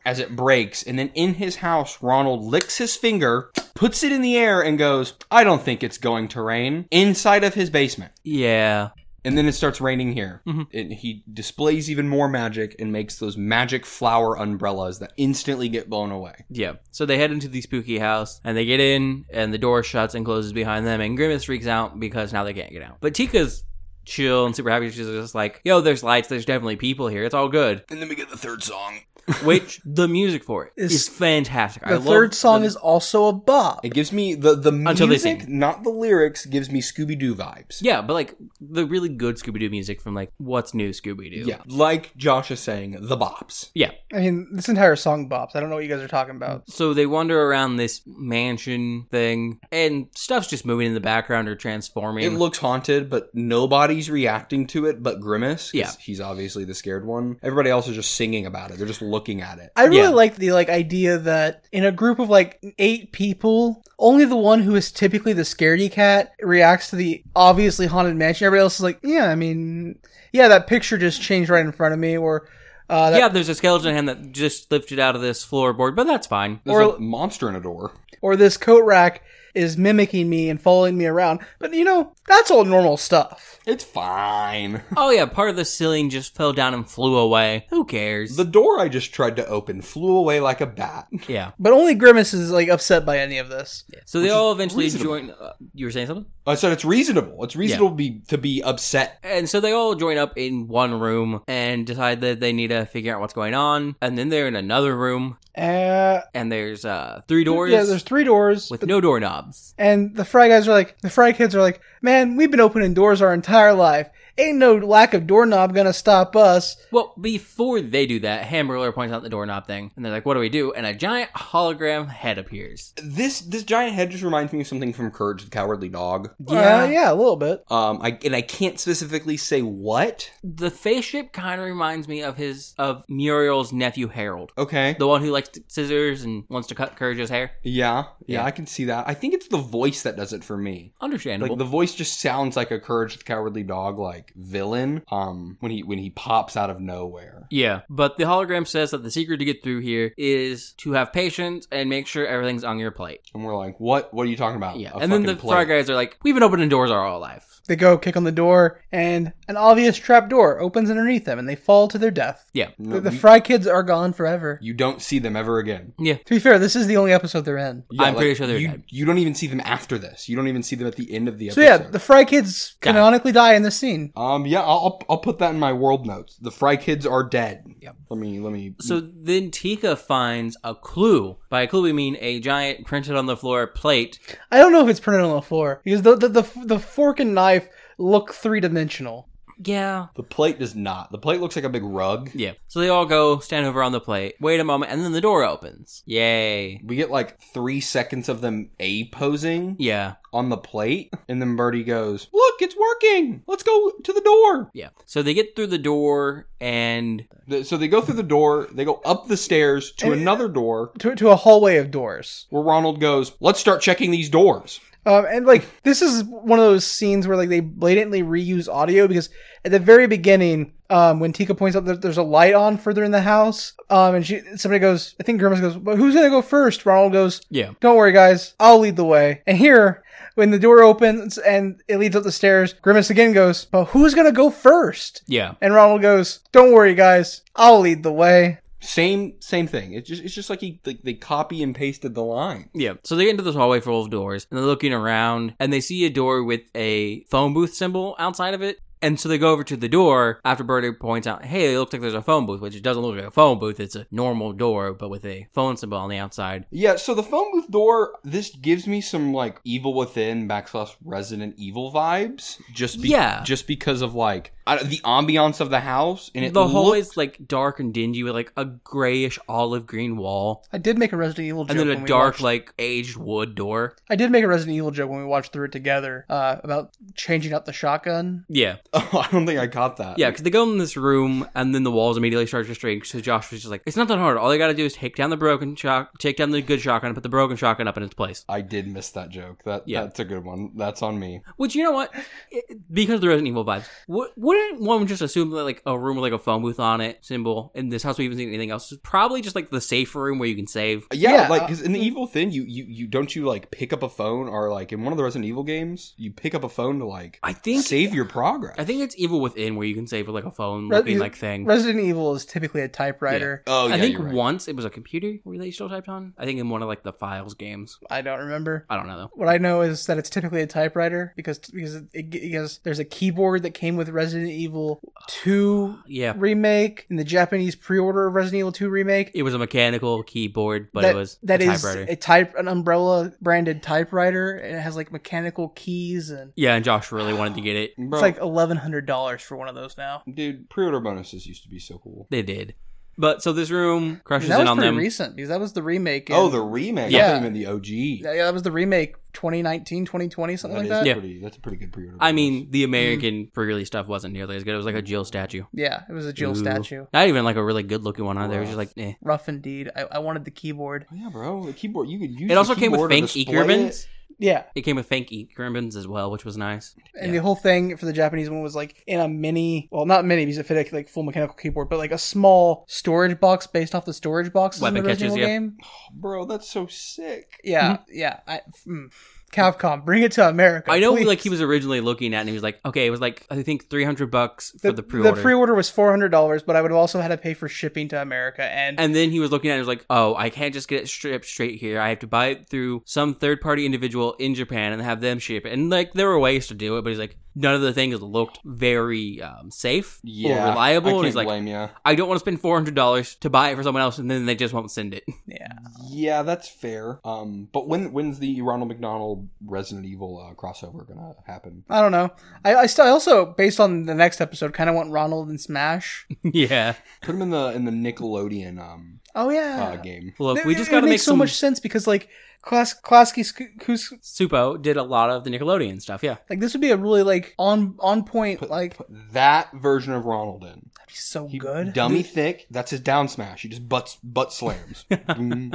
Speaker 3: as it breaks, and then in his house, Ronald licks his finger, puts it in the air, and goes, "I don't think it's going to rain." Inside of his basement,
Speaker 2: Yeah.
Speaker 3: and then it starts raining here.
Speaker 2: Mm-hmm.
Speaker 3: And he displays even more magic and makes those magic flower umbrellas that instantly get blown away.
Speaker 2: Yeah. So they head into the spooky house and they get in and the door shuts and closes behind them and Grimace freaks out because now they can't get out. But Tika's chill and super happy. She's just like, yo, there's lights, there's definitely people here. It's all good.
Speaker 3: And then we get the third song.
Speaker 2: Which the music for it is,
Speaker 1: Is-
Speaker 2: fantastic. I
Speaker 1: The
Speaker 2: love
Speaker 1: third song
Speaker 2: the-
Speaker 1: is also a bop.
Speaker 3: It gives me the the
Speaker 2: Until they
Speaker 3: music, not the lyrics, gives me Scooby Doo vibes.
Speaker 2: Yeah, but like the really good Scooby Doo music from like what's new Scooby Doo.
Speaker 3: yeah, like Josh is saying, the bops.
Speaker 2: Yeah.
Speaker 1: I mean, this entire song bops. I don't know what you guys are talking about.
Speaker 2: So they wander around this mansion thing and stuff's just moving in the background or transforming.
Speaker 3: It looks haunted, but nobody's reacting to it but Grimace. 'cause
Speaker 2: Yeah.
Speaker 3: He's obviously the scared one. Everybody else is just singing about it. They're just looking at it.
Speaker 1: I really
Speaker 2: Yeah.
Speaker 1: like the like idea that in a group of like eight people, only the one who is typically the scaredy cat reacts to the obviously haunted mansion. Everybody else is like, yeah, I mean, yeah, that picture just changed right in front of me, or uh, that
Speaker 2: yeah, there's a skeleton hand that just lifted out of this floorboard, but that's fine.
Speaker 3: There's
Speaker 1: Or-
Speaker 3: a monster in a door.
Speaker 1: or this coat rack is mimicking me and following me around. But you know, that's all normal stuff.
Speaker 3: It's fine.
Speaker 2: Oh yeah, part of the ceiling just fell down and flew away. Who cares?
Speaker 3: The door I just tried to open flew away like a bat.
Speaker 2: yeah.
Speaker 1: But only Grimace is like upset by any of this.
Speaker 2: So they all eventually
Speaker 3: reasonable.
Speaker 2: join. Uh, you were saying something?
Speaker 3: I said it's reasonable. It's reasonable to be, to be upset.
Speaker 2: And so they all join up in one room and decide that they need to figure out what's going on. And then they're in another room,
Speaker 1: Uh,
Speaker 2: and there's uh, three doors
Speaker 1: yeah, there's three doors.
Speaker 2: with no doorknobs.
Speaker 1: And the fry guys are like, the fry kids are like, man, we've been opening doors our entire life. Ain't no lack of doorknob gonna stop us.
Speaker 2: Well, before they do that, Hamburger points out the doorknob thing, and they're like, "What do we do?" And a giant hologram head appears.
Speaker 3: This this giant head just reminds me of something from Courage the Cowardly Dog.
Speaker 1: Yeah, Uh, yeah, a little bit.
Speaker 3: Um, I and I can't specifically say what.
Speaker 2: The face shape kind of reminds me of his of Muriel's nephew Harold.
Speaker 3: Okay.
Speaker 2: The one who likes t- scissors and wants to cut Courage's hair.
Speaker 3: yeah, yeah,
Speaker 2: Yeah.
Speaker 3: I can see that. I think it's the voice that does it for me.
Speaker 2: Understandable.
Speaker 3: Like the voice almost just sounds like a Courage the Cowardly Dog like villain um when he when he pops out of nowhere.
Speaker 2: Yeah, but the hologram says that the secret to get through here is to have patience and make sure everything's on your plate.
Speaker 3: And we're like, "What what are you talking about?"
Speaker 2: Yeah,
Speaker 3: A
Speaker 2: and then
Speaker 3: fucking
Speaker 2: the Fry
Speaker 3: plate.
Speaker 2: guys are like, "We've been opening doors our whole life."
Speaker 1: They go kick on the door, and an obvious trap door opens underneath them, and they fall to their death.
Speaker 2: Yeah,
Speaker 3: No,
Speaker 1: the the
Speaker 3: you-
Speaker 1: Fry kids are gone forever.
Speaker 3: you don't see them ever again.
Speaker 2: yeah.
Speaker 1: To be fair, this is the only episode they're in.
Speaker 3: Yeah,
Speaker 2: I'm pretty sure they're
Speaker 3: you,
Speaker 2: dead.
Speaker 3: you don't even see them after this. You don't even see them at the end of the
Speaker 1: So
Speaker 3: episode.
Speaker 1: yeah, the Fry kids
Speaker 2: Die.
Speaker 1: canonically die in this scene.
Speaker 3: um yeah, I'll I'll put that in my world notes. The Fry kids are dead.
Speaker 2: Yep.
Speaker 3: Let me let me
Speaker 2: So then Tika finds a clue. By a clue, we mean a giant printed on the floor plate.
Speaker 1: I don't know if it's printed on the floor because the the the, the fork and knife look three dimensional.
Speaker 2: Yeah.
Speaker 3: The plate does not. The plate looks like a big rug.
Speaker 2: Yeah. So they all go stand over on the plate, wait a moment, and then the door opens. Yay.
Speaker 3: We get like three seconds of them A posing
Speaker 2: Yeah.
Speaker 3: on the plate. And then Birdie goes, Look, it's working. Let's go to the door.
Speaker 2: Yeah. So they get through the door and
Speaker 3: Th- So they go through the door. They go up the stairs to
Speaker 1: And-
Speaker 3: another door
Speaker 1: to, to a hallway of doors.
Speaker 3: where Ronald goes, Let's start checking these doors.
Speaker 1: Um, and like this is one of those scenes where like they blatantly reuse audio because at the very beginning, um, when Tika points out that there's a light on further in the house, um, and she somebody goes, I think Grimace goes, but who's gonna go first? Ronald goes,
Speaker 2: yeah.
Speaker 1: Don't worry, guys, I'll lead the way. And here, when the door opens and it leads up the stairs, Grimace again goes, but who's gonna go first?
Speaker 2: Yeah.
Speaker 1: And Ronald goes, Don't worry, guys, I'll lead the way.
Speaker 3: Same same thing. It's just it's just like he like they copy and pasted the line.
Speaker 2: Yeah. So they get into this hallway full of doors and they're looking around and they see a door with a phone booth symbol outside of it. And so they go over to the door after Birdie points out, hey, it looks like there's a phone booth, which it doesn't look like a phone booth. It's a normal door, but with a phone symbol on the outside.
Speaker 3: Yeah, so the phone booth door, this gives me some like Evil Within backslash Resident Evil vibes. Just be-
Speaker 2: Yeah.
Speaker 3: just because of like I, the ambiance of the house and it
Speaker 2: the
Speaker 3: looked-
Speaker 2: hallway's like dark and dingy with like a grayish olive green wall
Speaker 1: I did make a Resident Evil joke.
Speaker 2: and then
Speaker 1: when
Speaker 2: a
Speaker 1: we
Speaker 2: dark,
Speaker 1: watched
Speaker 2: like aged wood door.
Speaker 1: I did make a Resident Evil joke when we watched through it together uh, about changing out the shotgun.
Speaker 2: Yeah.
Speaker 3: Oh, I don't think I caught that.
Speaker 2: Yeah, because they go in this room and then the walls immediately start to shrink. So Josh was just like, it's not that hard. All they got to do is take down the broken shock, take down the good shotgun, and put the broken shotgun up in its place.
Speaker 3: I did miss that joke. That
Speaker 2: Yeah.
Speaker 3: that's a good one. That's on me.
Speaker 2: Which you know what, It- because of the Resident Evil vibes, wou- wouldn't one just assume that like a room with like a phone booth on it symbol in this house we haven't seen anything else is probably just like the safe room where you can save.
Speaker 3: Yeah,
Speaker 1: Yeah,
Speaker 3: like
Speaker 1: uh,
Speaker 3: 'cause in the Evil Thin, you you you don't you like pick up a phone or like in one of the Resident Evil games, you pick up a phone to like
Speaker 2: I think
Speaker 3: save your progress.
Speaker 2: I think it's Evil Within where you can save with like a phone
Speaker 1: Re-
Speaker 2: looking like thing.
Speaker 1: Resident Evil is typically a typewriter.
Speaker 3: Oh yeah,
Speaker 2: I think
Speaker 3: you're right.
Speaker 2: once it was a computer where they still typed on. I think in one of like the files games.
Speaker 1: I don't remember.
Speaker 2: I don't know though.
Speaker 1: What I know is that it's typically a typewriter because because it, because there's a keyboard that came with Resident Evil 2
Speaker 2: Yeah,
Speaker 1: remake in the Japanese pre-order of Resident Evil 2 remake.
Speaker 2: it was a mechanical keyboard, but
Speaker 1: that,
Speaker 2: it was
Speaker 1: that
Speaker 2: a
Speaker 1: is
Speaker 2: typewriter.
Speaker 1: a type an umbrella branded typewriter and it has like mechanical keys and
Speaker 2: yeah, and Josh really wanted to get it.
Speaker 3: Bro,
Speaker 1: it's like eleven hundred dollars for one of those now.
Speaker 2: oh.
Speaker 3: dude, pre-order bonuses used to be so cool.
Speaker 2: They did, but so this room crushes
Speaker 1: that
Speaker 2: in
Speaker 1: was
Speaker 2: on
Speaker 1: pretty
Speaker 2: them.
Speaker 1: recent because that was the remake.
Speaker 3: Oh,
Speaker 1: in-
Speaker 3: the remake.
Speaker 1: Yeah.
Speaker 3: Yeah, even the OG.
Speaker 1: Yeah, yeah, that was the remake 2019, 2020, something
Speaker 3: That
Speaker 1: like
Speaker 3: is
Speaker 1: that.
Speaker 2: Yeah.
Speaker 3: pretty. That's a pretty good pre-order.
Speaker 2: I
Speaker 3: bonus.
Speaker 2: mean, the American pre-release stuff wasn't nearly as good. It was like a Jill statue.
Speaker 1: Yeah, it was a Jill
Speaker 2: Ooh.
Speaker 1: statue.
Speaker 2: Not even like a really good looking one either. It was just like, eh.
Speaker 1: Rough indeed. I, I wanted the keyboard.
Speaker 3: Oh, yeah, bro, the keyboard you could use.
Speaker 2: It
Speaker 3: the
Speaker 2: also came with
Speaker 3: keyboard to
Speaker 2: fake
Speaker 3: display
Speaker 2: ink ribbons.
Speaker 3: it.
Speaker 1: Yeah.
Speaker 2: It came with fake ink ribbons as well, which was nice.
Speaker 1: And
Speaker 2: Yeah.
Speaker 1: the whole thing for the Japanese one was like in a mini, well, not mini because it fit like full mechanical keyboard, but like a small storage box based off the storage boxes in
Speaker 2: Weapon
Speaker 1: the original
Speaker 2: catches, yeah. Mm-hmm.
Speaker 1: game.
Speaker 3: Bro, that's so sick.
Speaker 1: Yeah, yeah. I, mm. Capcom, bring it to America.
Speaker 2: I know,
Speaker 1: please.
Speaker 2: like he was originally looking at, it and he was like, okay, it was like I think three hundred bucks for the, pre-order.
Speaker 1: The pre-order was four hundred dollars, but I would have also had to pay for shipping to America. And,
Speaker 2: And then he was looking at it and was like, oh, I can't just get it shipped straight here. I have to buy it through some third party individual in Japan and have them ship it. And like, there were ways to do it, but he's like, none of the things looked very um, safe
Speaker 3: Yeah,
Speaker 2: or reliable.
Speaker 3: I
Speaker 2: And
Speaker 3: can't
Speaker 2: he's like,
Speaker 3: blame you.
Speaker 2: I don't want to spend $400 to buy it for someone else and then they just won't send it.
Speaker 1: yeah,
Speaker 3: Yeah, that's fair. Um, but when when's the Ronald McDonald Resident Evil uh, crossover gonna happen?
Speaker 1: I don't know. I, I, still, I also, based on the next episode, kind of want Ronald and Smash.
Speaker 2: yeah.
Speaker 3: Put him in the in the Nickelodeon um
Speaker 1: Oh
Speaker 3: uh,
Speaker 1: yeah,
Speaker 3: game.
Speaker 2: Look,
Speaker 1: It-
Speaker 2: we
Speaker 1: it-
Speaker 2: just
Speaker 1: it
Speaker 2: got to make
Speaker 1: makes so
Speaker 2: some-
Speaker 1: much sense because like Klas Klasky Sk- Kus,
Speaker 2: Supo did a lot of the Nickelodeon stuff. Yeah.
Speaker 1: like this would be a really like on on point
Speaker 3: Put,
Speaker 1: like
Speaker 3: put that version of Ronald in.
Speaker 1: that'd be so
Speaker 3: He,
Speaker 1: good.
Speaker 3: dummy thick. That's his down smash. He just butts butt slams. Boom.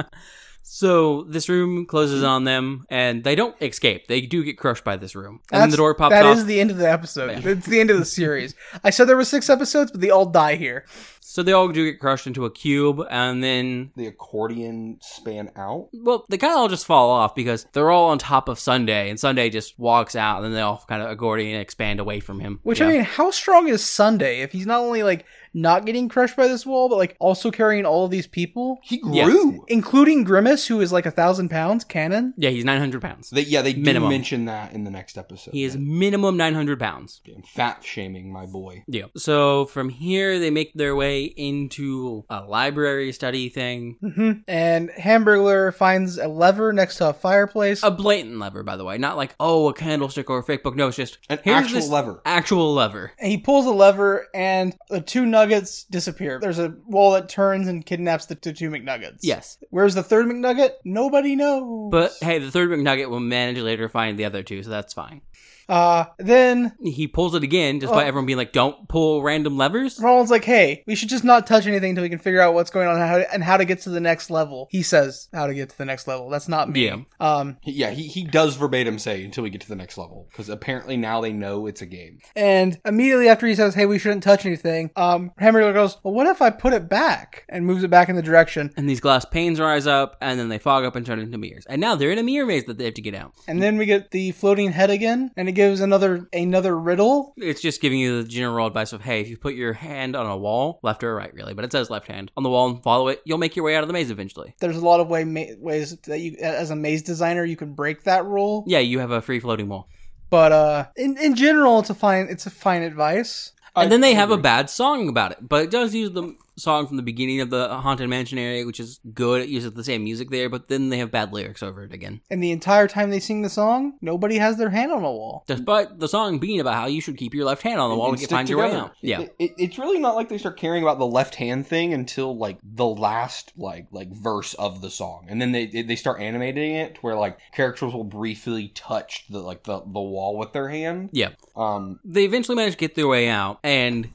Speaker 2: So this room closes on them, and they don't escape. They do get crushed by this room, and then
Speaker 1: That's-
Speaker 2: the door pops
Speaker 1: That
Speaker 2: off.
Speaker 1: is the end of the episode. It's the end of the series. I said there were six episodes, but they all die here.
Speaker 2: so they all do get crushed into a cube, and then
Speaker 3: The accordion span out.
Speaker 2: well, they kind of all just fall off because they're all on top of Sunday, and Sunday just walks out, and then they all kind of accordion expand away from him.
Speaker 1: Which
Speaker 2: Yeah.
Speaker 1: I mean, how strong is Sunday if he's not only like not getting crushed by this wall, but like also carrying all of these people,
Speaker 3: He
Speaker 2: Yeah.
Speaker 3: grew.
Speaker 1: including Grimace, who is like a thousand pounds cannon.
Speaker 2: yeah, he's nine hundred pounds.
Speaker 3: They, yeah, they do
Speaker 2: Minimum.
Speaker 3: mention that in the next episode.
Speaker 2: He is minimum nine hundred pounds.
Speaker 3: I'm fat shaming my boy.
Speaker 2: Yeah. So from here, they make their way into a library study thing.
Speaker 1: Mm-hmm. And Hamburglar finds a lever next to a fireplace.
Speaker 2: A blatant lever, by the way, not like oh a candlestick or a fake book. No, it's just
Speaker 3: An
Speaker 2: here's
Speaker 3: actual
Speaker 2: this
Speaker 3: lever.
Speaker 2: actual lever.
Speaker 1: And he pulls a lever, and the two nuggets disappear. There's a wall that turns and kidnaps the t- two McNuggets.
Speaker 2: Yes,
Speaker 1: Where's the third McNugget? Nobody knows.
Speaker 2: but hey, the third McNugget will manage later to find the other two, so that's fine.
Speaker 1: uh, then
Speaker 2: He pulls it again, just by
Speaker 1: Oh.
Speaker 2: everyone being like, "Don't pull random levers."
Speaker 1: Ronald's like, "Hey, we should just not touch anything until we can figure out what's going on and how to, and how to get to the next level." He says, "How to get to the next level?" That's not me.
Speaker 2: Yeah.
Speaker 1: Um,
Speaker 3: He- yeah, he, he does verbatim say until we get to the next level because apparently now they know it's a game.
Speaker 1: and immediately after he says, "Hey, we shouldn't touch anything," um, Hamburger goes, "Well, what if I put it back?" and moves it back in the direction,
Speaker 2: And these glass panes rise up, and then they fog up and turn into mirrors. And now they're in a mirror maze that they have to get out.
Speaker 1: and then we get the floating head again, and it gives another another riddle.
Speaker 2: It's just giving you the general advice of, hey, if you put your hand on a wall, left or right, really, but it says left hand on the wall and follow it, you'll make your way out of the maze eventually.
Speaker 1: There's a lot of way ma- ways that you, as a maze designer, you can break that rule.
Speaker 2: Yeah, you have a free floating wall.
Speaker 1: But uh, in in general, it's a fine it's a fine advice.
Speaker 2: And then they have a
Speaker 3: agree.
Speaker 2: bad song about it, but it does use the song from the beginning of the Haunted Mansion area, which is good. It uses the same music there, but then they have bad lyrics over it again.
Speaker 1: And the entire time they sing the song, nobody has their hand on a wall.
Speaker 2: Despite the song being about how you should keep your left hand on the wall
Speaker 3: and
Speaker 2: to
Speaker 3: stick
Speaker 2: find your way
Speaker 3: together.
Speaker 2: out. Yeah.
Speaker 3: It- it- it's really not like they start caring about the left hand thing until like the last like like verse of the song, and then they they start animating it to where like characters will briefly touch the like the the wall with their hand.
Speaker 2: Yeah.
Speaker 3: Um,
Speaker 2: They eventually manage to get their way out, and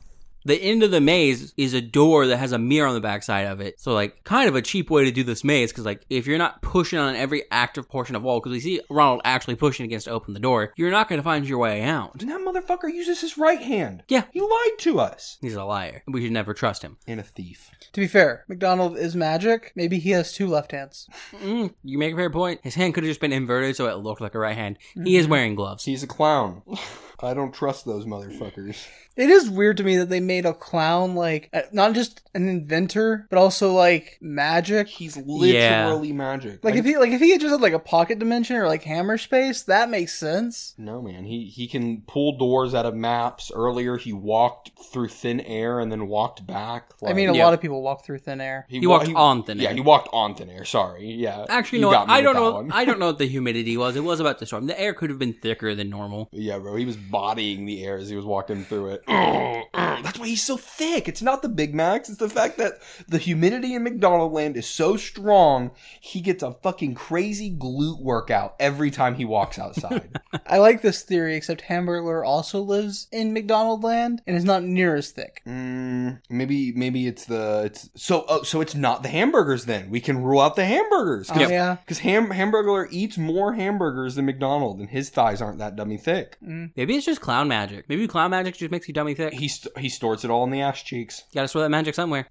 Speaker 2: the end of the maze is a door that has a mirror on the backside of it. So, like, kind of a cheap way to do this maze, because, like, if you're not pushing on every active portion of wall, because we see Ronald actually pushing against to open the door, you're not going to find your way out.
Speaker 3: and that motherfucker uses his right hand.
Speaker 2: Yeah.
Speaker 3: he lied to us.
Speaker 2: He's a liar. We should never trust him.
Speaker 3: And a thief.
Speaker 1: To be fair, McDonald is magic. Maybe he has two left hands.
Speaker 2: Mm, you make a fair point. His hand could have just been inverted so it looked like a right hand. He
Speaker 3: Mm-hmm.
Speaker 2: is wearing gloves.
Speaker 3: He's a clown. I don't trust those motherfuckers.
Speaker 1: It is weird to me that they made a clown like uh, not just an inventor, but also like magic.
Speaker 3: He's
Speaker 2: Yeah.
Speaker 3: literally magic.
Speaker 1: Like
Speaker 3: I-
Speaker 1: if he like if he had just had like a pocket dimension or like hammer space, that makes sense.
Speaker 3: No, man. He he can pull doors out of maps. Earlier, he walked through thin air and then walked back.
Speaker 1: I mean, a
Speaker 2: Yeah.
Speaker 1: lot of people walk through thin air.
Speaker 2: He
Speaker 3: wa-
Speaker 2: walked on thin air.
Speaker 3: Yeah, he walked on thin air. Sorry. Yeah.
Speaker 2: Actually,
Speaker 3: you
Speaker 2: no.
Speaker 3: got me
Speaker 2: I
Speaker 3: with
Speaker 2: don't
Speaker 3: that
Speaker 2: know.
Speaker 3: one.
Speaker 2: I don't know what the humidity was. It was about to storm. The air could have been thicker than normal.
Speaker 3: Yeah, bro. He was bodying the air as he was walking through it. Ugh, ugh. That's why he's so thick. It's not the Big Macs. It's the fact that the humidity in McDonaldland is so strong. He gets a fucking crazy glute workout every time he walks outside.
Speaker 1: I like this theory, except Hamburglar also lives in McDonald Land and is not near as thick.
Speaker 3: Mm, maybe maybe it's the it's so oh, so it's not the hamburgers then we can rule out the hamburgers
Speaker 1: Oh, yeah.
Speaker 3: because ham hamburger eats more hamburgers than McDonald and his thighs aren't that dummy thick
Speaker 2: Maybe it's just clown magic. Maybe clown magic just makes you dummy thick.
Speaker 3: he st- he stores it all in the ass cheeks
Speaker 2: Gotta store that magic somewhere.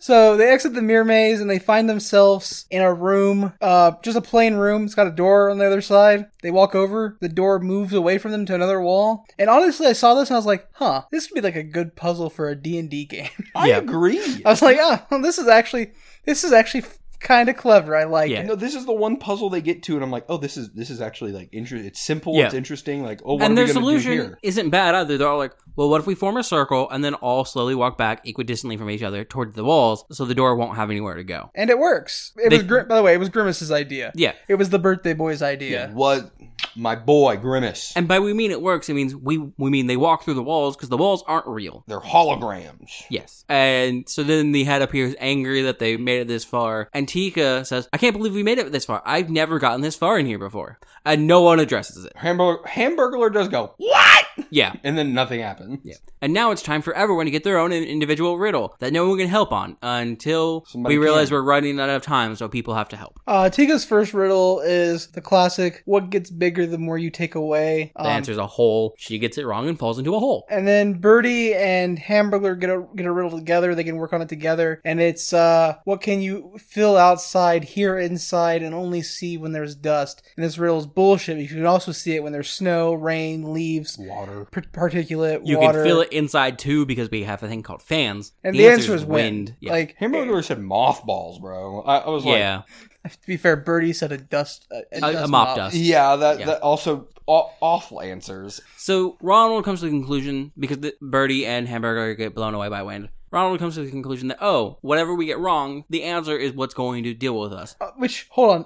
Speaker 1: So they exit the mirror maze and they find themselves in a room, uh, just a plain room. It's got a door on the other side. They walk over, the door moves away from them to another wall. And honestly, I saw this and I was like, huh, this would be like a good puzzle for a D&D game.
Speaker 3: I
Speaker 2: Yeah.
Speaker 3: agree
Speaker 1: I was like, ah, this is actually, this is actually kind of clever. I like
Speaker 2: Yeah.
Speaker 1: it.
Speaker 3: no this is the one puzzle they get to and I'm like oh this is this is actually like interesting it's simple
Speaker 2: Yeah.
Speaker 3: it's interesting like oh what
Speaker 2: and
Speaker 3: are
Speaker 2: their
Speaker 3: we gonna do
Speaker 2: solution
Speaker 3: here
Speaker 2: isn't bad either. They're all like, "Well, what if we form a circle and then all slowly walk back equidistantly from each other towards the walls, so the door won't have anywhere to go?"
Speaker 1: And it works. It
Speaker 2: They-
Speaker 1: was, Grim- by the way, it was Grimace's idea.
Speaker 2: Yeah.
Speaker 1: It was the birthday boy's idea.
Speaker 3: what my boy grimace
Speaker 2: And by we mean it works. It means we we mean they walk through the walls because the walls aren't real.
Speaker 3: they're holograms
Speaker 2: Yes. And so then the head appears angry that they made it this far. And Tika says, I can't believe we made it this far. I've never gotten this far in here before. And no one addresses it.
Speaker 3: Hamburg- hamburglar does go what
Speaker 2: Yeah.
Speaker 3: and then nothing happens.
Speaker 2: Yeah. And now it's time for everyone to get their own in- individual riddle that no one can help on until
Speaker 3: Somebody
Speaker 2: we realize
Speaker 3: can.
Speaker 2: we're running out of time, so people have to help.
Speaker 1: Uh, Tika's first riddle is the classic: "What gets bigger the more you take away."
Speaker 2: The
Speaker 1: Um,
Speaker 2: answer's a hole. She gets it wrong and falls into a hole.
Speaker 1: And then Birdie and Hamburger get a get a riddle together. They can work on it together. And it's uh, what can you feel outside, hear inside, and only see when there's dust? And this riddle is bullshit. because You can also see it when there's snow, rain, leaves,
Speaker 3: Water.
Speaker 1: par- particulate,
Speaker 2: You
Speaker 1: water.
Speaker 2: can feel it inside too because we have a thing called fans.
Speaker 1: And the, answer, is wind.
Speaker 2: Yeah.
Speaker 1: Like
Speaker 3: Hamburger said mothballs, bro. I, I was like,
Speaker 2: yeah.
Speaker 1: to be fair, Birdie said a dust a,
Speaker 2: A- a
Speaker 1: dust
Speaker 2: mop dust.
Speaker 3: yeah, that
Speaker 2: Yeah.
Speaker 3: that also aw- awful answers.
Speaker 2: So Ronald comes to the conclusion because the Birdie and Hamburger get blown away by wind. Ronald comes to the conclusion that oh, whatever we get wrong, the answer is what's going to deal with us.
Speaker 1: Uh, which hold on,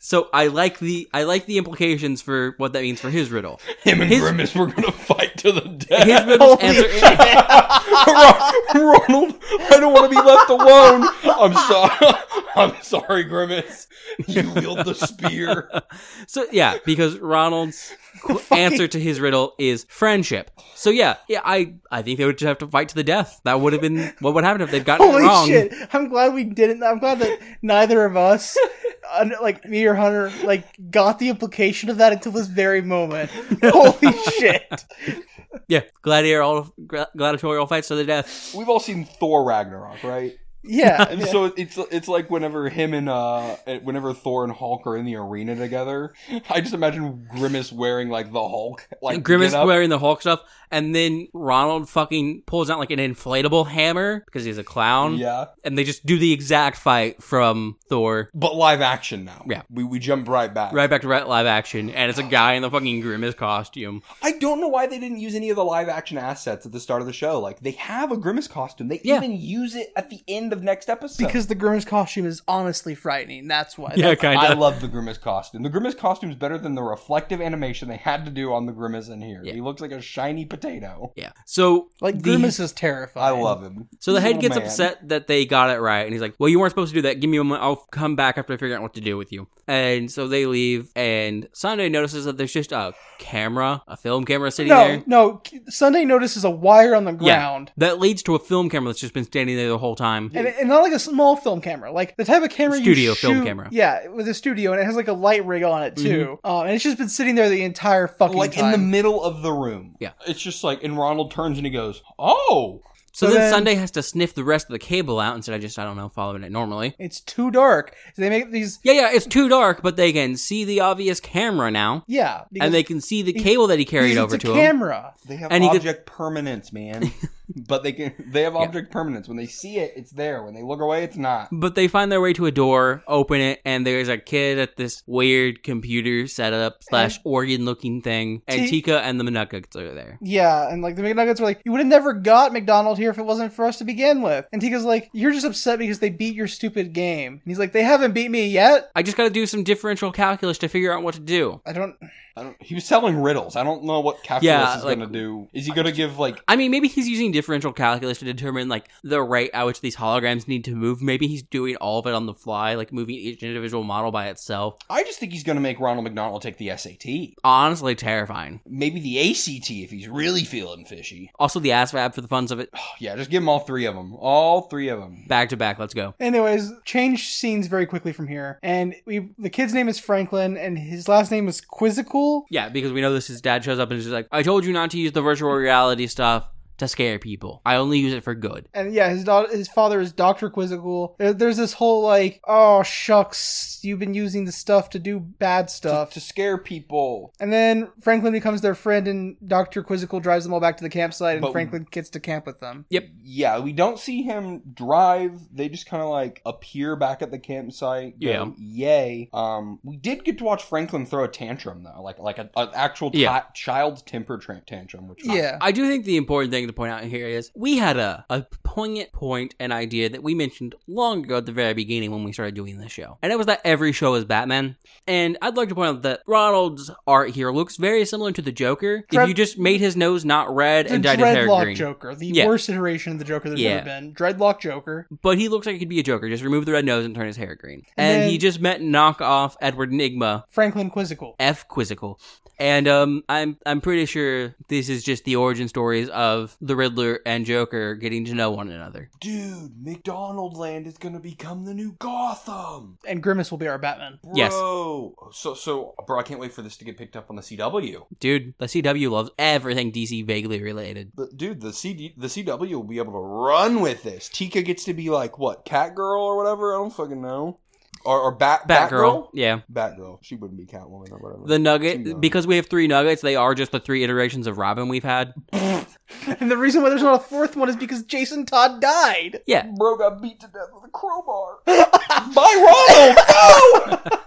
Speaker 2: So I like the I like the implications for what that means for his riddle.
Speaker 3: Him and
Speaker 2: His-
Speaker 3: Grimace were gonna fight to the death.
Speaker 2: His riddle's
Speaker 1: Holy
Speaker 2: answer is
Speaker 3: Ron- Ronald, I don't want to be left alone. I'm sorry. I'm sorry, Grimace. You wield the spear.
Speaker 2: So yeah, because Ronald's qu- answer to his riddle is friendship. So yeah, yeah, I I think they would just have to fight to the death. That would have been what would happen if they'd gotten
Speaker 1: holy
Speaker 2: it wrong.
Speaker 1: shit! I'm glad we didn't. I'm glad that neither of us, un- like me or Hunter, like got the implication of that until this very moment. holy shit!
Speaker 2: Yeah, gladiator gra- gladiatorial fights to the death.
Speaker 3: We've all seen Thor Ragnarok, right?
Speaker 1: Yeah.
Speaker 3: And
Speaker 1: yeah.
Speaker 3: so it's it's like whenever him and uh whenever Thor and Hulk are in the arena together, I just imagine Grimace wearing like the Hulk like
Speaker 2: Grimace
Speaker 3: get-up.
Speaker 2: wearing the Hulk stuff, and then Ronald fucking pulls out like an inflatable hammer because he's a clown,
Speaker 3: yeah,
Speaker 2: and they just do the exact fight from Thor
Speaker 3: but live action now.
Speaker 2: Yeah.
Speaker 3: we we jump right back.
Speaker 2: right back to ri- live action, and it's a guy in the fucking Grimace costume.
Speaker 3: I don't know why they didn't use any of the live action assets at the start of the show. Like they have a Grimace costume. They
Speaker 2: Yeah.
Speaker 3: even use it at the end of next episode.
Speaker 1: because the Grimm's costume is honestly frightening. That's why.
Speaker 2: Yeah, kind
Speaker 3: I
Speaker 2: of.
Speaker 3: love the Grimace costume. The Grimace costume is better than the reflective animation they had to do on the Grimace in here.
Speaker 2: Yeah.
Speaker 3: He looks like a shiny potato.
Speaker 2: Yeah. So
Speaker 1: like
Speaker 2: the-
Speaker 1: Grimace is
Speaker 3: I
Speaker 1: terrifying.
Speaker 3: love him.
Speaker 2: So the
Speaker 3: He's a
Speaker 2: head
Speaker 3: little
Speaker 2: gets
Speaker 3: man.
Speaker 2: upset that they got it right, and he's like, "Well, you weren't supposed to do that. Give me a moment. I'll come back after I figure out what to do with you." And so they leave, and Sunday notices that there's just a camera, a film camera sitting
Speaker 1: No,
Speaker 2: there.
Speaker 1: no. Sunday Notice is a wire on the
Speaker 2: Yeah.
Speaker 1: ground.
Speaker 2: that leads to a film camera that's just been standing there the whole time.
Speaker 1: And, and not like a small film camera, like the type of camera
Speaker 2: Studio
Speaker 1: you shoot,
Speaker 2: film camera. Mm-hmm.
Speaker 1: Yeah, with a studio, and it has like a light rig on it too. Um, and it's just been sitting there the entire fucking
Speaker 3: Like
Speaker 1: time.
Speaker 3: in the middle of the room.
Speaker 2: Yeah.
Speaker 3: It's just like, and Ronald turns and he goes, Oh,
Speaker 2: So,
Speaker 1: So
Speaker 2: then,
Speaker 1: then-
Speaker 2: Sunday has to sniff the rest of the cable out instead of just I don't know following it normally.
Speaker 1: It's too dark. So they make these.
Speaker 2: Yeah, yeah, it's too dark, but they can see the obvious camera now,
Speaker 1: Yeah, because,
Speaker 2: and they can see the cable that he
Speaker 1: because
Speaker 2: carried over
Speaker 1: it's
Speaker 2: to
Speaker 1: a
Speaker 2: him.
Speaker 1: camera.
Speaker 3: they have
Speaker 2: And he could-
Speaker 3: object permanence, man. but they can, they have object permanence. When they see it, it's there. When they look away, it's not.
Speaker 2: But they find their way to a door, open it, and there's a kid at this weird computer setup slash organ looking thing. And
Speaker 1: Ti-
Speaker 2: Tika and the Manuckets are there.
Speaker 1: Yeah, and like the McNuggets were like, you would have never got McDonald here if it wasn't for us to begin with. And Tika's like, you're just upset because they beat your stupid game. And he's like, they haven't beat me yet.
Speaker 2: I just gotta do some differential calculus to figure out what to do.
Speaker 1: I don't.
Speaker 3: I don't, he was selling riddles. I don't know what calculus
Speaker 2: Yeah,
Speaker 3: is
Speaker 2: like-
Speaker 3: going to do. Is he going to give like
Speaker 2: I mean, maybe he's using differential calculus to determine like the rate at which these holograms need to move. Maybe he's doing all of it on the fly, like moving each individual model by itself.
Speaker 3: I just think he's going to make Ronald McDonald take the SAT.
Speaker 2: Honestly, terrifying.
Speaker 3: Maybe the ACT if he's really feeling fishy.
Speaker 2: Also, the ASVAB for the funds of it.
Speaker 3: Yeah, just give him all three of them. All three of them.
Speaker 2: Back to back, let's go.
Speaker 1: Anyways, change scenes very quickly from here. And we, the kid's name is Franklin, and his last name is Quizzical.
Speaker 2: Yeah, because we know this. His dad shows up and is just like, "I told you not to use the virtual reality stuff to scare people. I only use it for good."
Speaker 1: And yeah, his daughter, his father is Doctor Quizzical. There, there's this whole like, oh shucks, you've been using the stuff to do bad stuff.
Speaker 3: To scare people.
Speaker 1: And then Franklin becomes their friend, and Doctor Quizzical drives them all back to the campsite, and
Speaker 3: But-
Speaker 1: Franklin gets to camp with them.
Speaker 2: Yep.
Speaker 3: Yeah, we don't see him drive. They just kind of like appear back at the campsite. go,
Speaker 2: Yeah.
Speaker 3: Yay. Um, we did get to watch Franklin throw a tantrum though, like like a, an actual ti-
Speaker 2: Yeah.
Speaker 3: child's temper tra- tantrum. Which
Speaker 1: Yeah,
Speaker 2: I do think the important thing to point out here is we had a, a poignant point and idea that we mentioned long ago at the very beginning when we started doing this show. And it was that every show is Batman. And I'd like to point out that Ronald's art here looks very similar to the Joker. if
Speaker 1: Dread-
Speaker 2: you just made his nose not red
Speaker 1: The
Speaker 2: and dyed his hair
Speaker 1: Dreadlock
Speaker 2: green.
Speaker 1: Joker, the
Speaker 2: Yeah.
Speaker 1: worst iteration of the Joker there's
Speaker 2: Yeah.
Speaker 1: ever been. Dreadlock Joker.
Speaker 2: But he looks like he could be a Joker. Just remove the red nose and turn his hair green.
Speaker 1: And
Speaker 2: And,
Speaker 1: then-
Speaker 2: he just meant knock off Edward Nigma,
Speaker 1: Franklin Quizzical.
Speaker 2: F quizzical. And um, I'm I'm pretty sure this is just the origin stories of the Riddler and Joker getting to know one another.
Speaker 3: Dude, McDonald Land is gonna become the new Gotham.
Speaker 1: And Grimace will be our Batman.
Speaker 3: Bro.
Speaker 2: Yes.
Speaker 3: So so bro, I can't wait for this to get picked up on the CW.
Speaker 2: Dude, the CW loves everything DC vaguely related.
Speaker 3: But dude, the CD the CW will be able to run with this. Tika gets to be like what, Catgirl or whatever? I don't fucking know. Or or Bat
Speaker 2: Batgirl, yeah.
Speaker 3: Batgirl. She wouldn't be Catwoman or whatever.
Speaker 2: The
Speaker 3: She knows.
Speaker 2: Nugget, because we have three Nuggets, they are just the three iterations of Robin we've had.
Speaker 1: And the reason why there's not a fourth one is because Jason Todd died.
Speaker 2: Yeah,
Speaker 3: Bro got beat to death with a crowbar. By Ronald! No!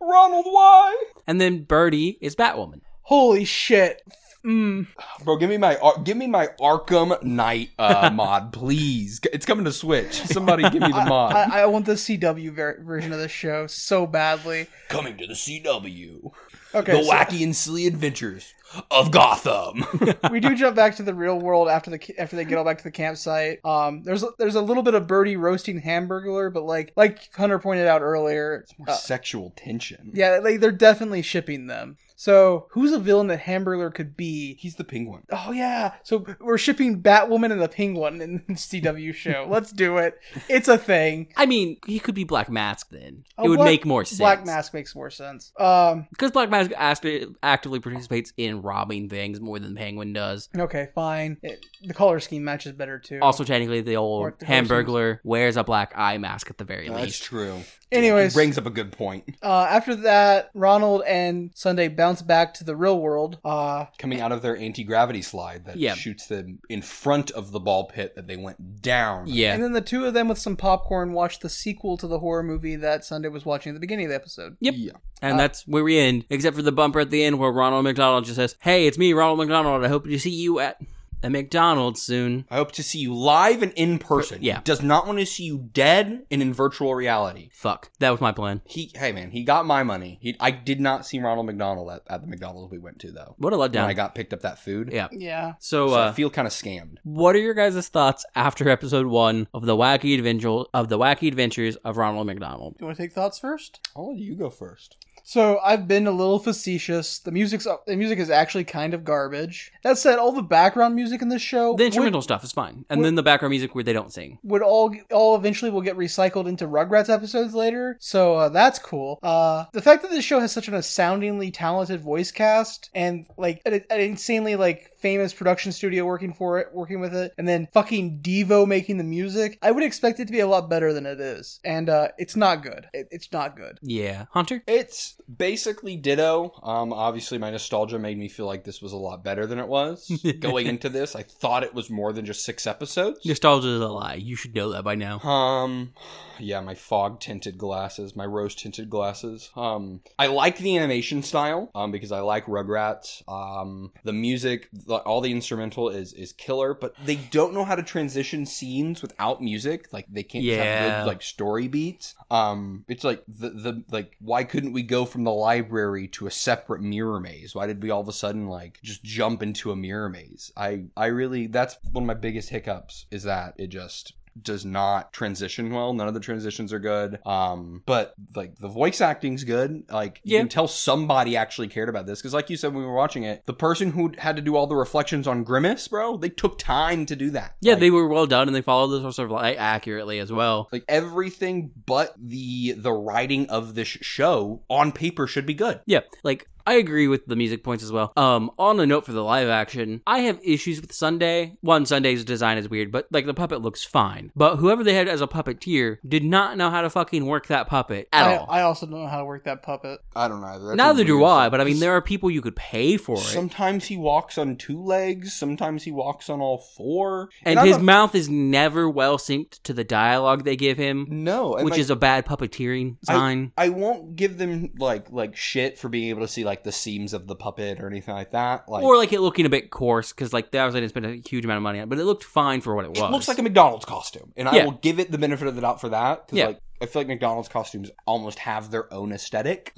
Speaker 3: Ronald, why?
Speaker 2: and then Birdie is Batwoman.
Speaker 1: Holy shit. Mm.
Speaker 3: Bro, give me my Ar- give me my Arkham Knight uh, mod, please. It's coming to Switch. Somebody give me the mod.
Speaker 2: Uh,
Speaker 1: I, I want the CW ver- version of this show so badly.
Speaker 3: coming to the CW.
Speaker 1: Okay, so-
Speaker 3: and silly adventures of Gotham.
Speaker 1: we do jump back to the real world after the after they get all back to the campsite. Um, there's a, there's a little bit of Birdie roasting Hamburglar, but like like Hunter pointed out earlier, uh,
Speaker 3: sexual tension.
Speaker 1: yeah, like they're definitely shipping them. So who's a villain that Hamburglar could be?
Speaker 3: He's the penguin.
Speaker 1: Oh yeah, so we're shipping Batwoman and the Penguin in the CW show. Let's do it. It's a thing.
Speaker 2: I mean, he could be Black Mask then.
Speaker 1: Oh,
Speaker 2: it would
Speaker 1: Black-
Speaker 2: make more sense.
Speaker 1: Black Mask makes more sense. Um,
Speaker 2: Because Black Mask act- actively participates in robbing things more than Penguin does.
Speaker 1: okay, fine. It, the color scheme matches better too.
Speaker 2: Also, technically, the
Speaker 1: Or
Speaker 2: old
Speaker 1: the
Speaker 2: Hamburglar wears a black eye mask at the very least.
Speaker 3: true.
Speaker 1: Anyways.
Speaker 3: He brings up a good point.
Speaker 1: Uh, after that, Ronald and Sunday bounce back to the real world. Uh,
Speaker 3: Coming out of their anti gravity slide that
Speaker 2: Yeah.
Speaker 3: shoots them in front of the ball pit that they went down.
Speaker 2: Yeah.
Speaker 1: And then the two of them with some popcorn watch the sequel to the horror movie that Sunday was watching at the beginning of the episode.
Speaker 2: Yep.
Speaker 3: Yeah.
Speaker 1: uh,
Speaker 2: And that's where we end, except for the bumper at the end where Ronald McDonald just says, Hey, it's me, Ronald McDonald. I hope to see you at a McDonald's soon.
Speaker 3: I hope to see you live and in person.
Speaker 2: Yeah.
Speaker 3: Does not want to see you dead and in virtual reality.
Speaker 2: Fuck. That was my plan.
Speaker 3: He, hey man, he got my money. He, I did not see Ronald McDonald at, at the McDonald's we went to though.
Speaker 2: What a
Speaker 3: When I
Speaker 2: letdown.
Speaker 3: got picked up that food.
Speaker 2: yeah.
Speaker 1: Yeah.
Speaker 2: So,
Speaker 3: Oh So I
Speaker 2: uh,
Speaker 3: feel kind of scammed.
Speaker 2: what are your guys' thoughts after episode one of the wacky adventure of the wacky adventures of Ronald McDonald?
Speaker 1: You want to take thoughts first?
Speaker 3: I'll let you go first.
Speaker 1: So I've been a little facetious. The music's the music is actually kind of garbage. That said, all the background music in this show
Speaker 2: The
Speaker 1: would,
Speaker 2: instrumental stuff is fine, and then the background music where they don't sing.
Speaker 1: would all all eventually will get recycled into Rugrats episodes later. So uh, that's cool. Uh, the fact that this show has such an astoundingly talented voice cast and like an, an insanely like famous production studio working for it, working with it, and then fucking Devo making the music, I would expect it to be a lot better than it is, and uh, it's not good. It, it's not good.
Speaker 2: Yeah, Hunter.
Speaker 3: It's basically ditto. Um, obviously, my nostalgia made me feel like this was a lot better than it was. Going into this, I thought it was more than just six episodes.
Speaker 2: Nostalgia is a lie. You should know that by now.
Speaker 3: Um, yeah, my fog tinted glasses, my rose tinted glasses. Um, I like the animation style. Um, because I like Rugrats. Um, the music, the, all the instrumental is is killer, but they don't know how to transition scenes without music. Like they can't just have
Speaker 2: Yeah.
Speaker 3: good like story beats. Um, it's like the the like why couldn't we go from the library to a separate mirror maze? Why did we all of a sudden like just jump into a mirror maze? I I really that's one of my biggest hiccups is that it just does not transition well. None of the transitions are good. Um, but like the voice acting's good. Like you
Speaker 2: Yeah.
Speaker 3: can tell somebody actually cared about this because, like you said when we were watching it, the person who had to do all the reflections on Grimace, bro, they took time to do that.
Speaker 2: Yeah,
Speaker 3: Like,
Speaker 2: they were well done, and they followed the source of light accurately as well.
Speaker 3: like everything but the the writing of this show on paper should be good.
Speaker 2: Yeah, like I agree with the music points as well. Um, on a note for the live action, I have issues with Sunday. One, Sunday's design is weird, but like the puppet looks fine. But whoever they had as a puppeteer did not know how to fucking work that puppet at
Speaker 1: I,
Speaker 2: all.
Speaker 1: I also don't know how to work that puppet.
Speaker 3: I don't know. Either. Oh, That's
Speaker 2: Neither
Speaker 3: a
Speaker 2: do
Speaker 3: weird
Speaker 2: I,
Speaker 3: thing.
Speaker 2: but I mean, there are people you could pay for it.
Speaker 3: Sometimes he walks on two legs. Sometimes he walks on all four.
Speaker 2: and
Speaker 3: I
Speaker 2: his
Speaker 3: don't-
Speaker 2: mouth is never well synced to the dialogue they give him,
Speaker 3: no, and,
Speaker 2: which
Speaker 3: like,
Speaker 2: is a bad puppeteering sign.
Speaker 3: I won't give them like like shit for being able to see like like the seams of the puppet or anything like that. Like,
Speaker 2: or like it looking a bit coarse because like that was I didn't spend a huge amount of money on, it, but it looked fine for what it was.
Speaker 3: it looks like a McDonald's costume, and I
Speaker 2: Yeah.
Speaker 3: will give it the benefit of the doubt for that. 'cause,
Speaker 2: Yeah.
Speaker 3: like I feel like McDonald's costumes almost have their own aesthetic.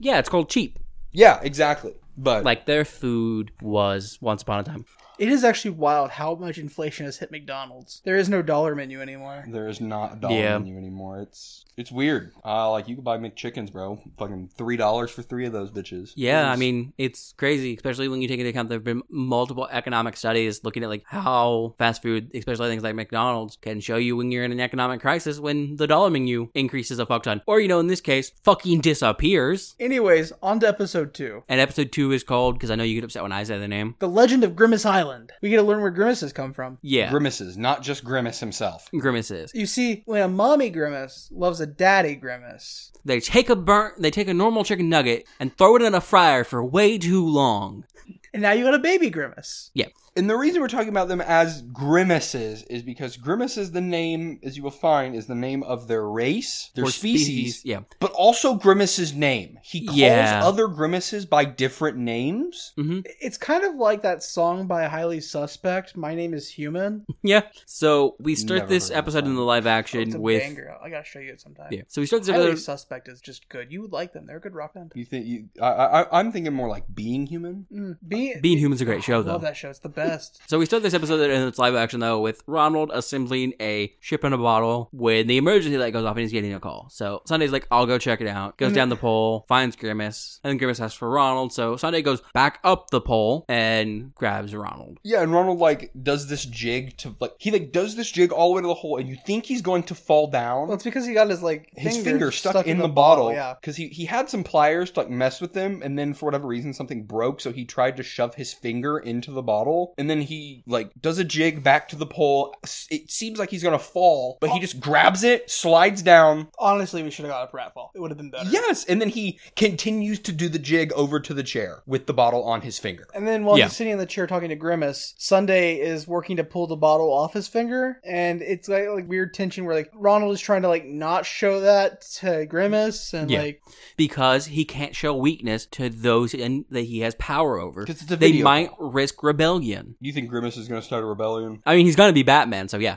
Speaker 2: yeah, it's called cheap.
Speaker 3: Yeah, exactly. But
Speaker 2: Like their food was once upon a time.
Speaker 1: It is actually wild how much inflation has hit McDonald's. There is no dollar menu anymore.
Speaker 3: there is not a dollar
Speaker 2: Yeah.
Speaker 3: menu anymore. It's it's weird. Uh, like you could buy McChickens, bro. Fucking three dollars for three of those bitches.
Speaker 2: Yeah, I
Speaker 3: It's-
Speaker 2: mean it's crazy, especially when you take into account there have been multiple economic studies looking at like how fast food, especially things like McDonald's, can show you when you're in an economic crisis when the dollar menu increases a fuck ton, or you know in this case, fucking disappears.
Speaker 1: Anyways, on to episode two.
Speaker 2: And episode two is called because I know you get upset when I say the name.
Speaker 1: The Legend of Grimace Island. We get to learn where grimaces come from.
Speaker 2: Yeah,
Speaker 3: grimaces, not just grimace himself.
Speaker 2: grimaces.
Speaker 1: You see, when a mommy grimace loves a daddy grimace,
Speaker 2: They take a burnt, they take a normal chicken nugget and throw it in a fryer for way too long.
Speaker 1: and now you got a baby grimace.
Speaker 3: And the reason we're talking about them as grimaces is because grimace is the name, as you will find, is the name of their race, their
Speaker 2: Or
Speaker 3: species,
Speaker 2: yeah.
Speaker 3: but also grimace's name. He calls
Speaker 2: Yeah.
Speaker 3: other grimaces by different names.
Speaker 2: hmm
Speaker 1: It's kind of like that song by Highly Suspect, My Name is Human. Oh,
Speaker 2: Yeah. So we start
Speaker 3: Never
Speaker 2: this
Speaker 3: heard of that
Speaker 2: episode in
Speaker 3: song.
Speaker 2: the live action
Speaker 1: It's a
Speaker 2: with.
Speaker 1: banger. I gotta show you it sometime.
Speaker 2: Yeah. So we start this
Speaker 1: Highly
Speaker 2: episode.
Speaker 1: Suspect is just good. You would like them. They're a good rock band.
Speaker 3: You think you? I, I, I'm thinking more like being human.
Speaker 1: Mm, be-
Speaker 2: Being Uh, Human's a great show,
Speaker 1: I love
Speaker 2: though.
Speaker 1: that show. It's the best.
Speaker 2: So we start this episode in its live action though with Ronald assembling a ship in a bottle when the emergency light goes off and he's getting a call. So Sunday's like, I'll go check it out. Goes
Speaker 1: Mm.
Speaker 2: down the pole, finds Grimace, and then Grimace asks for Ronald. So Sunday goes back up the pole and grabs Ronald.
Speaker 3: Yeah, and Ronald like does this jig to like he like does this jig all the way to the hole, and you think he's going to fall down.
Speaker 1: Well, it's because he got his like
Speaker 3: his
Speaker 1: finger,
Speaker 3: finger stuck, in the, bottle because he, he had some pliers to like mess with them and then for whatever reason something broke so he tried to shove his finger into the bottle and then he like does a jig back to the pole S- it seems like he's gonna fall but he just grabs it slides down
Speaker 1: Honestly, we should have got a pratfall. It would have been better.
Speaker 3: yes and then he continues to do the jig over to the chair with the bottle on his finger
Speaker 1: And then while
Speaker 2: Yeah.
Speaker 1: he's sitting in the chair talking to Grimace, Sunday is working to pull the bottle off his finger, and it's like, like weird tension where like Ronald is trying to like not show that to Grimace, and
Speaker 2: Yeah.
Speaker 1: like
Speaker 2: because he can't show weakness to those in, that he has power over.
Speaker 3: 'Cause it's a
Speaker 2: They
Speaker 3: video.
Speaker 2: might risk rebellion.
Speaker 3: you think grimace is gonna start a rebellion
Speaker 2: I mean, he's gonna be Batman, so yeah,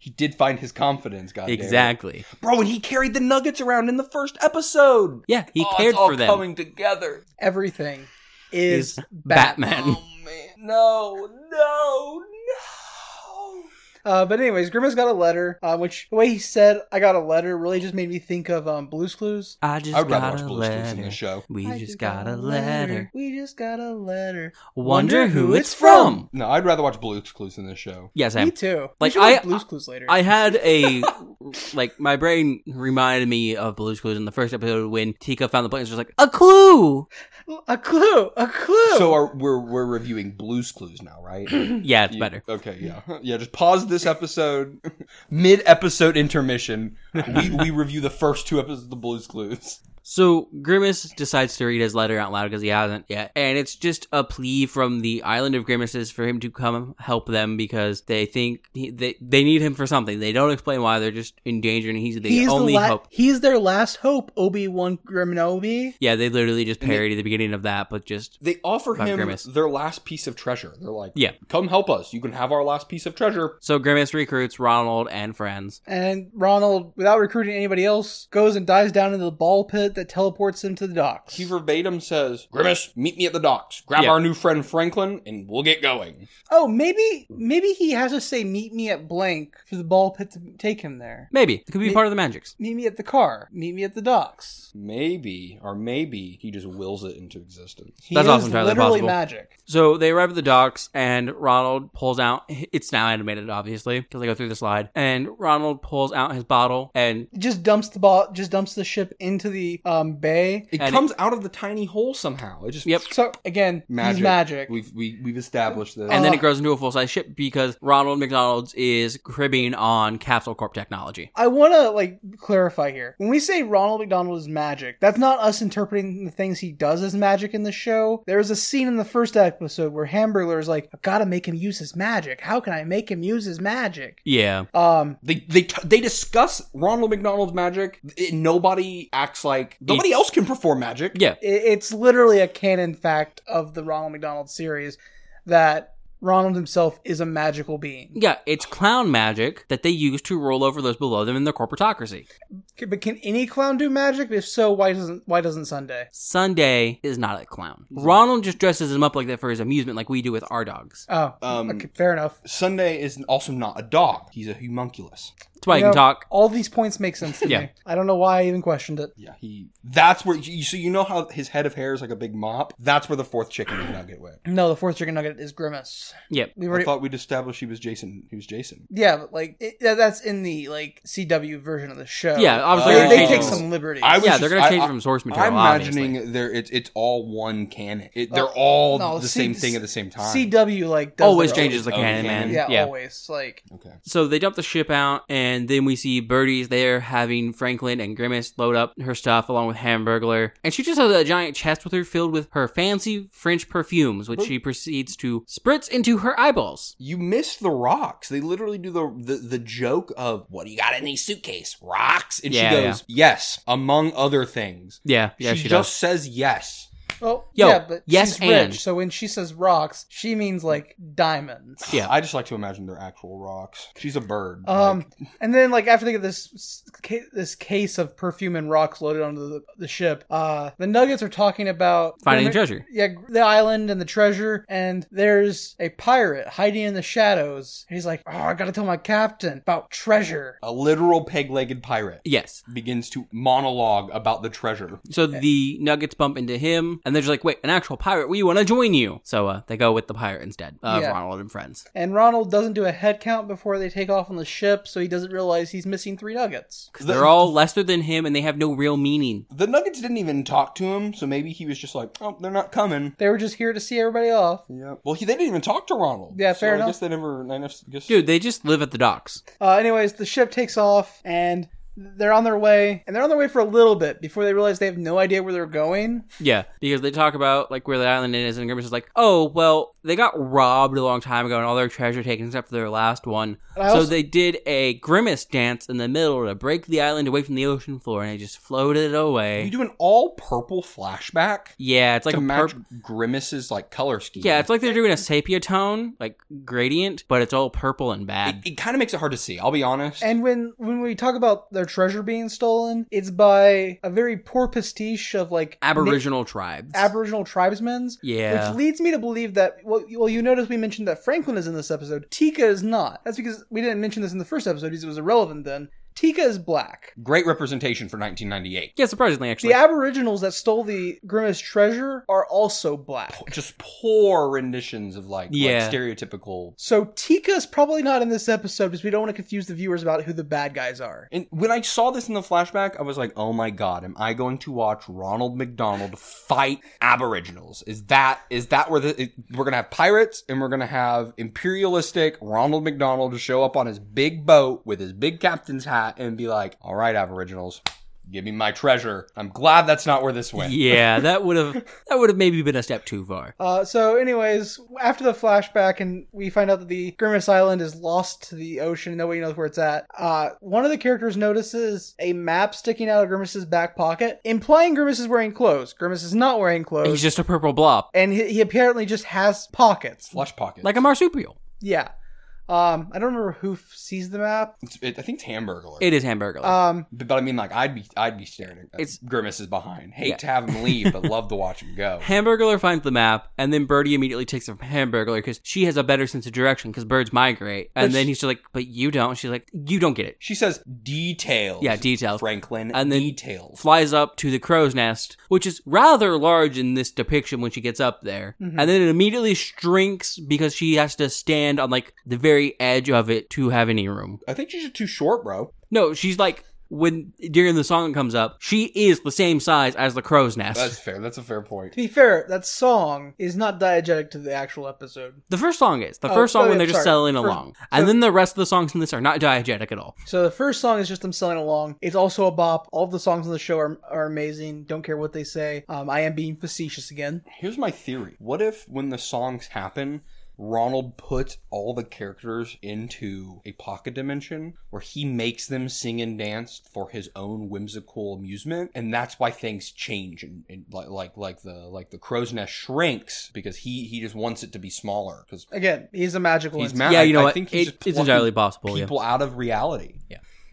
Speaker 3: he did find his confidence god
Speaker 2: exactly.
Speaker 3: bro and he carried the nuggets around in the first episode
Speaker 2: Yeah, he
Speaker 3: Oh,
Speaker 2: cared
Speaker 3: it's all
Speaker 2: for them.
Speaker 3: coming together
Speaker 1: everything is
Speaker 2: Is
Speaker 1: Batman.
Speaker 2: Batman.
Speaker 3: Oh man. No, no, no.
Speaker 1: Uh, but anyways, Grimace got a letter, uh, which the way he said "I got a letter" really just made me think of um, Blue's Clues.
Speaker 2: I just
Speaker 3: I'd rather
Speaker 2: got
Speaker 3: watch
Speaker 2: a
Speaker 3: Blue's Clues than
Speaker 2: letter.
Speaker 3: this show.
Speaker 2: We
Speaker 1: I
Speaker 2: just got, a letter.
Speaker 1: We just got a letter.
Speaker 2: Wonder who it's from.
Speaker 3: No, I'd rather watch Blue's Clues than this show.
Speaker 2: Yes,
Speaker 1: Me
Speaker 2: I.
Speaker 1: too. Like
Speaker 2: Like,
Speaker 1: I
Speaker 2: I-
Speaker 1: Blue's Clues later.
Speaker 2: I had a like my brain reminded me of Blue's Clues in the first episode when Tika found the plane. It was just like a clue.
Speaker 1: a clue, a clue.
Speaker 3: So are, we're we're reviewing Blue's Clues now, right?
Speaker 2: Yeah, it's
Speaker 3: You-
Speaker 2: better.
Speaker 3: Okay, yeah, yeah. Just pause this episode, mid episode intermission. We, we review the first two episodes of the Blue's Clues.
Speaker 2: So Grimace decides to read his letter out loud because he hasn't yet, and it's just a plea from the island of Grimaces for him to come help them because they think he, they they need him for something. They don't explain why they're just in danger, and he's the
Speaker 1: he's
Speaker 2: only
Speaker 1: the la-
Speaker 2: hope.
Speaker 1: He's their last hope. Obi Wan Kenobi.
Speaker 2: Yeah, they literally just parody the beginning of that, but just
Speaker 3: They offer
Speaker 2: About
Speaker 3: him
Speaker 2: Grimace.
Speaker 3: their last piece of treasure. They're like,
Speaker 2: Yeah.
Speaker 3: come help us. You can have our last piece of treasure."
Speaker 2: so Grimace recruits Ronald and friends.
Speaker 1: And Ronald, without recruiting anybody else, goes and dives down into the ball pit that teleports him to the docks.
Speaker 3: He verbatim says, "Grimace, meet me at the docks. Grab
Speaker 2: Yeah.
Speaker 3: our new friend Franklin, and we'll get going."
Speaker 1: oh, maybe maybe he has to say meet me at blank for the ball pit to take him there.
Speaker 2: Maybe it could be
Speaker 1: Me-
Speaker 2: part of the magics.
Speaker 1: Meet me at the car. Meet me at the docks.
Speaker 3: Maybe, or maybe he just wills it into existence.
Speaker 1: He
Speaker 2: That's
Speaker 1: is
Speaker 2: also entirely
Speaker 1: literally
Speaker 2: possible.
Speaker 1: magic.
Speaker 2: So they arrive at the docks, and Ronald pulls out. It's now animated, obviously, because they go through the slide. And Ronald pulls out his bottle, and
Speaker 1: Just dumps the ball. Just dumps the ship into the um, bay.
Speaker 3: It
Speaker 2: And
Speaker 3: comes out of the tiny hole somehow. It just
Speaker 2: Yep.
Speaker 1: So again,
Speaker 3: magic.
Speaker 1: he's magic.
Speaker 3: We've we, we've established this.
Speaker 2: and then it
Speaker 1: Ugh.
Speaker 2: grows into a full size ship because Ronald McDonald's is cribbing on Capsule Corp technology.
Speaker 1: I want to like clarify here. When we say Ronald McDonald is magic, that's not us interpreting the things he does as magic in the show. There was a scene in the first episode where Hamburger is like, "I gotta make him use his magic. How can I make him use his magic?"
Speaker 2: Yeah,
Speaker 1: Um,
Speaker 3: they they t- they discuss Ronald McDonald's magic. It- nobody acts like Nobody else can perform magic.
Speaker 2: Yeah.
Speaker 1: I- It's literally a canon fact of the Ronald McDonald series that Ronald himself is a magical being.
Speaker 2: Yeah, it's clown magic that they use to roll over those below them in their corporatocracy.
Speaker 1: C- But can any clown do magic? If so, why doesn't why doesn't Sunday?
Speaker 2: Sunday is not a clown. Ronald just dresses him up like that for his amusement, like we do with our dogs.
Speaker 1: Oh,
Speaker 3: Um,
Speaker 1: okay, fair enough.
Speaker 3: Sunday is also not a dog. He's a homunculus.
Speaker 2: That's why he
Speaker 1: You
Speaker 2: can
Speaker 1: know,
Speaker 2: talk.
Speaker 1: All these points make sense to
Speaker 2: Yeah.
Speaker 1: me. I don't know why I even questioned it.
Speaker 3: Yeah, he. That's where. You, so you know how his head of hair is like a big mop. That's where the fourth chicken nugget went.
Speaker 1: No, the fourth chicken nugget is Grimace.
Speaker 2: Yep.
Speaker 1: We
Speaker 3: I
Speaker 1: already,
Speaker 3: thought we'd established he was Jason. He was Jason.
Speaker 1: yeah, but like it, that- that's in the like CW version of the show.
Speaker 2: Yeah, obviously
Speaker 1: they,
Speaker 2: they're gonna
Speaker 3: Oh.
Speaker 1: they
Speaker 2: change
Speaker 1: take
Speaker 2: it.
Speaker 1: some liberties.
Speaker 3: I was
Speaker 2: Yeah, they're
Speaker 3: just-
Speaker 2: gonna change
Speaker 3: I-
Speaker 2: it from source material.
Speaker 3: I'm imagining there it's it's all one canon. It, they're all
Speaker 1: Uh, no,
Speaker 3: the
Speaker 1: C-
Speaker 3: same thing at the same time.
Speaker 1: CW like does
Speaker 2: Always
Speaker 1: their own-
Speaker 2: changes the
Speaker 3: Oh,
Speaker 2: canon,
Speaker 3: yeah.
Speaker 2: man.
Speaker 1: Yeah,
Speaker 2: Yeah.
Speaker 1: always like
Speaker 3: okay.
Speaker 2: So they dump the ship out, and then we see Birdie's there having Franklin and Grimace load up her stuff along with Hamburglar. And she just has a giant chest with her filled with her fancy French perfumes, which she proceeds to spritz into her eyeballs.
Speaker 3: You missed the rocks. They literally do the the, the joke of what do you got in the suitcase? Rocks. And
Speaker 2: Yeah,
Speaker 3: she goes, "Yes," among other things.
Speaker 2: Yeah, yeah, she,
Speaker 3: she,
Speaker 2: does.
Speaker 3: just says yes.
Speaker 1: Well,
Speaker 2: Yo,
Speaker 1: oh, yeah, but
Speaker 2: yes
Speaker 1: she's
Speaker 2: and.
Speaker 1: rich, so when she says rocks, she means like diamonds.
Speaker 2: Yeah.
Speaker 3: I just like to imagine they're actual rocks. She's a bird.
Speaker 1: Um,
Speaker 3: like-
Speaker 1: and then like after they get this s- ca- this case of perfume and rocks loaded onto the, the ship, uh, the Nuggets are talking about
Speaker 2: Finding
Speaker 1: Grimace-
Speaker 2: treasure.
Speaker 1: Yeah, the island and the treasure, and there's a pirate hiding in the shadows. He's like, "Oh, I gotta tell my captain about treasure."
Speaker 3: a literal peg-legged pirate
Speaker 2: Yes.
Speaker 3: begins to monologue about the treasure.
Speaker 2: So the Nuggets bump into him, and they're just like, "Wait, an actual pirate? We want to join you." So uh, they go with the pirate instead of
Speaker 1: Yeah.
Speaker 2: Ronald and friends.
Speaker 1: And Ronald doesn't do a head count before they take off on the ship, so he doesn't realize he's missing three nuggets.
Speaker 2: because They're all lesser than him, and they have no real meaning.
Speaker 3: The Nuggets didn't even talk to him, so maybe he was just like, "Oh, they're not coming."
Speaker 1: They were just here to see everybody off.
Speaker 3: Yeah. Well, he, they didn't even talk to Ronald.
Speaker 1: Yeah,
Speaker 3: so
Speaker 1: fair
Speaker 3: I
Speaker 1: enough.
Speaker 3: guess they never. I guess, guess-
Speaker 2: Dude, they just live at the docks.
Speaker 1: Uh, anyways, the ship takes off and they're on their way, and they're on their way for a little bit before they realize they have no idea where they're going.
Speaker 2: Yeah, because they talk about like where the island is, and Grimace is like, "Oh, well, they got robbed a long time ago, and all their treasure taken except for their last one." So
Speaker 1: And I also-
Speaker 2: they did a Grimace dance in the middle to break the island away from the ocean floor, and they just floated
Speaker 3: you
Speaker 2: away.
Speaker 3: do an all purple flashback
Speaker 2: Yeah, it's like a
Speaker 3: to match
Speaker 2: purp-
Speaker 3: Grimace's like color scheme.
Speaker 2: yeah, it's like they're doing a sepia tone, like gradient, but it's all purple and
Speaker 3: it,
Speaker 2: bad.
Speaker 3: it kind of makes it hard to see. I'll be honest.
Speaker 1: And when when we talk about their treasure being stolen, it's by a very poor pastiche of like
Speaker 2: Aboriginal tribes.
Speaker 1: na- Aboriginal tribesmen.
Speaker 2: Yeah.
Speaker 1: Which leads me to believe that well, you- well, you notice we mentioned that Franklin is in this episode. Tika is not. That's because we didn't mention this in the first episode because it was irrelevant then. Tika is black.
Speaker 3: Great representation for 1998.
Speaker 2: yeah, surprisingly, actually.
Speaker 1: The Aboriginals that stole the Grimace treasure are also black.
Speaker 3: Just poor renditions of like, like,
Speaker 2: Yeah.
Speaker 3: stereotypical.
Speaker 1: So Tika's probably not in this episode because we don't want to confuse the viewers about who the bad guys are.
Speaker 3: And when I saw this in the flashback, I was like, "Oh my god, am I going to watch Ronald McDonald fight Aboriginals? Is that is that where the it, we're gonna have pirates and we're gonna have imperialistic Ronald McDonald to show up on his big boat with his big captain's hat and be like, "All right, Aboriginals, give me my treasure." I'm glad that's not where this went.
Speaker 2: yeah, that would have that would have maybe been a step too far.
Speaker 1: Uh, so, anyways, after the flashback, and we find out that the Grimace Island is lost to the ocean, nobody knows where it's at. Uh, one of the characters notices a map sticking out of Grimace's back pocket, implying Grimace is wearing clothes. Grimace is not wearing clothes,
Speaker 2: He's just a purple blob,
Speaker 1: and he, he apparently just has pockets.
Speaker 3: Flush pocket.
Speaker 2: like a marsupial.
Speaker 1: Yeah. Um, I don't remember who f- sees the map.
Speaker 3: It's- it, I think it's Hamburglar.
Speaker 2: It is hamburger.
Speaker 1: Um,
Speaker 3: But, but I mean, like I'd be, I'd be staring at
Speaker 2: It's-
Speaker 3: it's, Grimace is behind. Hate
Speaker 2: Yeah.
Speaker 3: to have him leave, but love to watch him go.
Speaker 2: Hamburglar finds the map, and then Birdie immediately takes it from Hamburglar because she has a better sense of direction because birds migrate. And
Speaker 1: But
Speaker 2: then
Speaker 1: she-
Speaker 2: he's just like, "But you don't." She's like, "You don't get it."
Speaker 3: She says details.
Speaker 2: Yeah, details.
Speaker 3: Franklin,
Speaker 2: And then-
Speaker 3: details.
Speaker 2: Flies up to the crow's nest, which is rather large in this depiction when she gets up there,
Speaker 1: Mm-hmm.
Speaker 2: and then it immediately shrinks because she has to stand on like the very edge of it to have any room.
Speaker 3: I think she's just too short, bro.
Speaker 2: No, she's like when during the song comes up, she is the same size as the crow's nest.
Speaker 3: That's fair. That's a fair point.
Speaker 1: to be fair, that song is not diegetic to the actual episode.
Speaker 2: The first song is the
Speaker 1: Oh,
Speaker 2: first song
Speaker 1: oh,
Speaker 2: when
Speaker 1: yeah,
Speaker 2: they're just
Speaker 1: sorry.
Speaker 2: selling
Speaker 1: First-
Speaker 2: along, and then the rest of the songs in this are not diegetic at all.
Speaker 1: So the first song is just them selling along. It's also a bop. All the songs on the show are, are amazing. Don't care what they say. Um, I am being facetious again.
Speaker 3: Here's my theory. What if when the songs happen, Ronald puts all the characters into a pocket dimension where he makes them sing and dance for his own whimsical amusement, and that's why things change and, and like like like the like the crow's nest shrinks because he he just wants it to be smaller because
Speaker 1: Again, he's a magical.
Speaker 3: he's
Speaker 1: entity.
Speaker 3: mad.
Speaker 2: yeah, you know
Speaker 3: I,
Speaker 2: what?
Speaker 3: think
Speaker 2: It-
Speaker 3: he's just
Speaker 2: it's
Speaker 3: plucking
Speaker 2: entirely possible. yeah.
Speaker 3: people out of reality.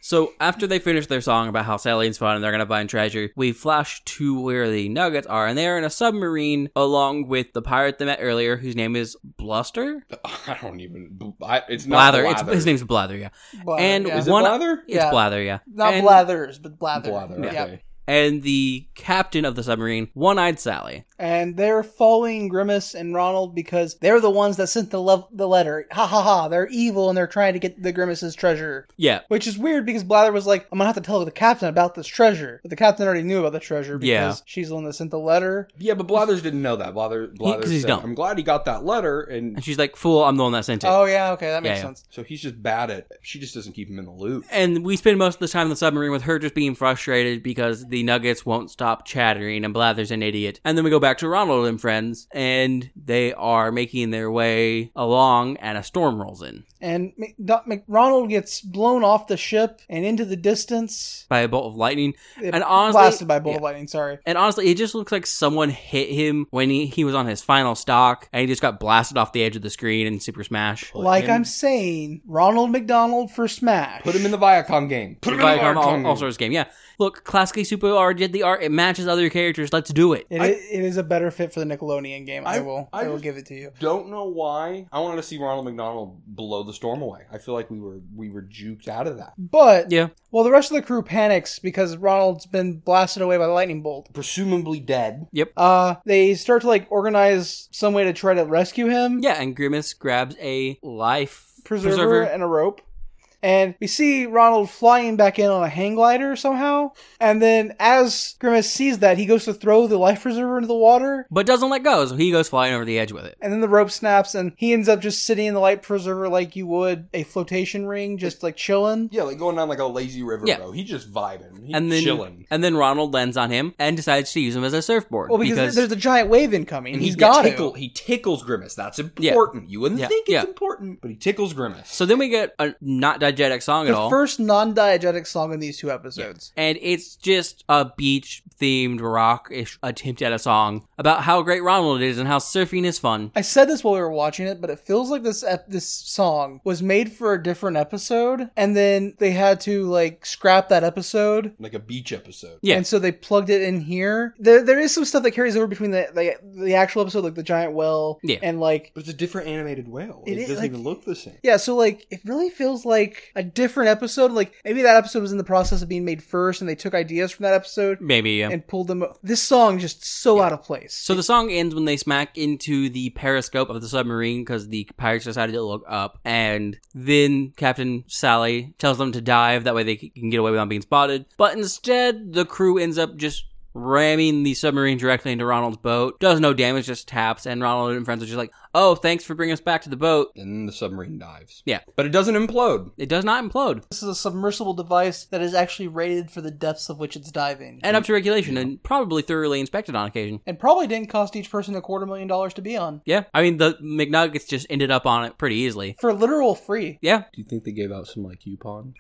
Speaker 2: So after they finish their song about how aliens fun and they're gonna find treasure, we flash to where the Nuggets are, and they are in a submarine along with the pirate they met earlier, whose name is Bluster.
Speaker 3: I don't even. I, it's not
Speaker 2: Blather. It's, his name's Blather. Yeah.
Speaker 1: Blather,
Speaker 2: and
Speaker 1: yeah.
Speaker 3: Is it
Speaker 2: one-
Speaker 3: Blather?
Speaker 2: It's
Speaker 1: Yeah.
Speaker 2: Blather. Yeah.
Speaker 1: not
Speaker 2: and,
Speaker 1: blathers, but blather.
Speaker 3: Blather.
Speaker 1: Yeah.
Speaker 3: okay.
Speaker 2: And the captain of the submarine, One-Eyed Sally.
Speaker 1: and they're following Grimace and Ronald because they're the ones that sent the le- the letter. Ha ha ha! They're evil and they're trying to get the Grimace's treasure,
Speaker 2: Yeah.
Speaker 1: which is weird because Blather was like, "I'm gonna have to tell the captain about this treasure," but the captain already knew about the treasure because
Speaker 2: Yeah.
Speaker 1: she's the one that sent the letter.
Speaker 3: Yeah, but Blathers didn't know that. Blather, Blathers
Speaker 2: 'cause he's
Speaker 3: said,
Speaker 2: dumb.
Speaker 3: I'm glad he got that letter, and
Speaker 2: And she's like, "Fool, I'm the one that sent it."
Speaker 1: Oh yeah, okay, that makes
Speaker 2: Yeah, yeah.
Speaker 1: sense.
Speaker 3: so he's just bad at. She just doesn't keep him in the loop.
Speaker 2: And we spend most of the time in the submarine with her just being frustrated because the Nuggets won't stop chattering and Blather's an idiot. And then we go back to Ronald and friends, and they are making their way along, and a storm rolls in
Speaker 1: And Mc- Doc- McRonald gets blown off the ship and into the distance.
Speaker 2: by a bolt of lightning.
Speaker 1: It
Speaker 2: And honestly,
Speaker 1: blasted by bolt
Speaker 2: yeah.
Speaker 1: of lightning. Sorry.
Speaker 2: And honestly, it just looks like someone hit him when he, he was on his final stock, and he just got blasted off the edge of the screen in Super Smash.
Speaker 3: Put
Speaker 1: like
Speaker 3: him-
Speaker 1: I'm saying, Ronald McDonald for Smash.
Speaker 3: Put him in the Viacom game. Put him in the
Speaker 2: Viacom
Speaker 3: Viacom
Speaker 2: All-
Speaker 3: game.
Speaker 2: All-Stars game, yeah. Look, Classic Super R did the art. It matches other characters. Let's do it.
Speaker 1: It,
Speaker 3: I-
Speaker 1: it is a better fit for the Nickelodeon game. I,
Speaker 3: I-
Speaker 1: will. I,
Speaker 3: I
Speaker 1: will
Speaker 3: just-
Speaker 1: give it to you.
Speaker 3: Don't know why. I wanted to see Ronald McDonald blow the storm away. I feel like we were we were juked out of that.
Speaker 1: But
Speaker 2: Yeah.
Speaker 1: well, the rest of the crew panics because Ronald's been blasted away by the lightning bolt.
Speaker 3: Presumably dead.
Speaker 1: Uh, they start to like organize some way to try to rescue him.
Speaker 2: Yeah, and Grimace grabs a life
Speaker 1: preserver, and a rope. And we see Ronald flying back in on a hang glider somehow. And then as Grimace sees that, he goes to throw the life preserver into the water.
Speaker 2: but doesn't let go, so he goes flying over the edge with it.
Speaker 1: And then the rope snaps, and he ends up just sitting in the life preserver like you would a flotation ring, just like chilling.
Speaker 3: Yeah, like going down like a lazy river,
Speaker 2: Yeah.
Speaker 3: bro. He's just vibing. He's
Speaker 2: And then
Speaker 3: chilling.
Speaker 2: and then Ronald lands on him and decides to use him as a surfboard.
Speaker 1: Well, Oh, because, there's a giant wave incoming.
Speaker 3: And
Speaker 1: he's
Speaker 3: he
Speaker 1: got
Speaker 3: tickle,
Speaker 1: it.
Speaker 3: He tickles Grimace. That's
Speaker 2: Yeah.
Speaker 3: important. You wouldn't
Speaker 2: Yeah.
Speaker 3: think it's
Speaker 2: Yeah.
Speaker 3: important, but he tickles Grimace.
Speaker 2: so then we get a not diegetic song
Speaker 1: The
Speaker 2: at all.
Speaker 1: first non-diegetic song in these two episodes.
Speaker 2: and it's just a beach themed rock ish attempt at a song about how great Ronald is and how surfing is fun.
Speaker 1: I said this while we were watching it, but it feels like this ep- this song was made for a different episode, and then they had to like scrap that episode.
Speaker 3: like a beach episode.
Speaker 2: Yeah.
Speaker 1: And so they plugged it in here. There, there is some stuff that carries over between the the, the actual episode, like the giant well,
Speaker 2: Yeah.
Speaker 1: and like
Speaker 3: But it's a different animated whale.
Speaker 1: It
Speaker 3: It,
Speaker 1: is,
Speaker 3: doesn't
Speaker 1: like-
Speaker 3: even look the same.
Speaker 1: Yeah, so like it really feels like a different episode. Like maybe that episode was in the process of being made first, and they took ideas from that episode
Speaker 2: Maybe yeah.
Speaker 1: and pulled them. This song just so out of place.
Speaker 2: so the song ends when they smack into the periscope of the submarine because the pirates decided to look up, and then Captain Sally tells them to dive. That way they c- can get away without being spotted. But instead, the crew ends up just ramming the submarine directly into Ronald's boat. Does no damage, just taps, and Ronald and friends are just like, "Oh, thanks for bringing us back to the boat."
Speaker 3: And then the submarine dives.
Speaker 2: Yeah.
Speaker 3: But it doesn't implode.
Speaker 2: It does not implode.
Speaker 1: This is a submersible device that is actually rated for the depths of which it's diving,
Speaker 2: and up to regulation and probably thoroughly inspected on occasion.
Speaker 1: and probably didn't cost each person a quarter million dollars to be on
Speaker 2: Yeah. I mean, the McNuggets just ended up on it pretty easily.
Speaker 1: for literal free.
Speaker 2: Yeah.
Speaker 3: Do you think they gave out some like coupon?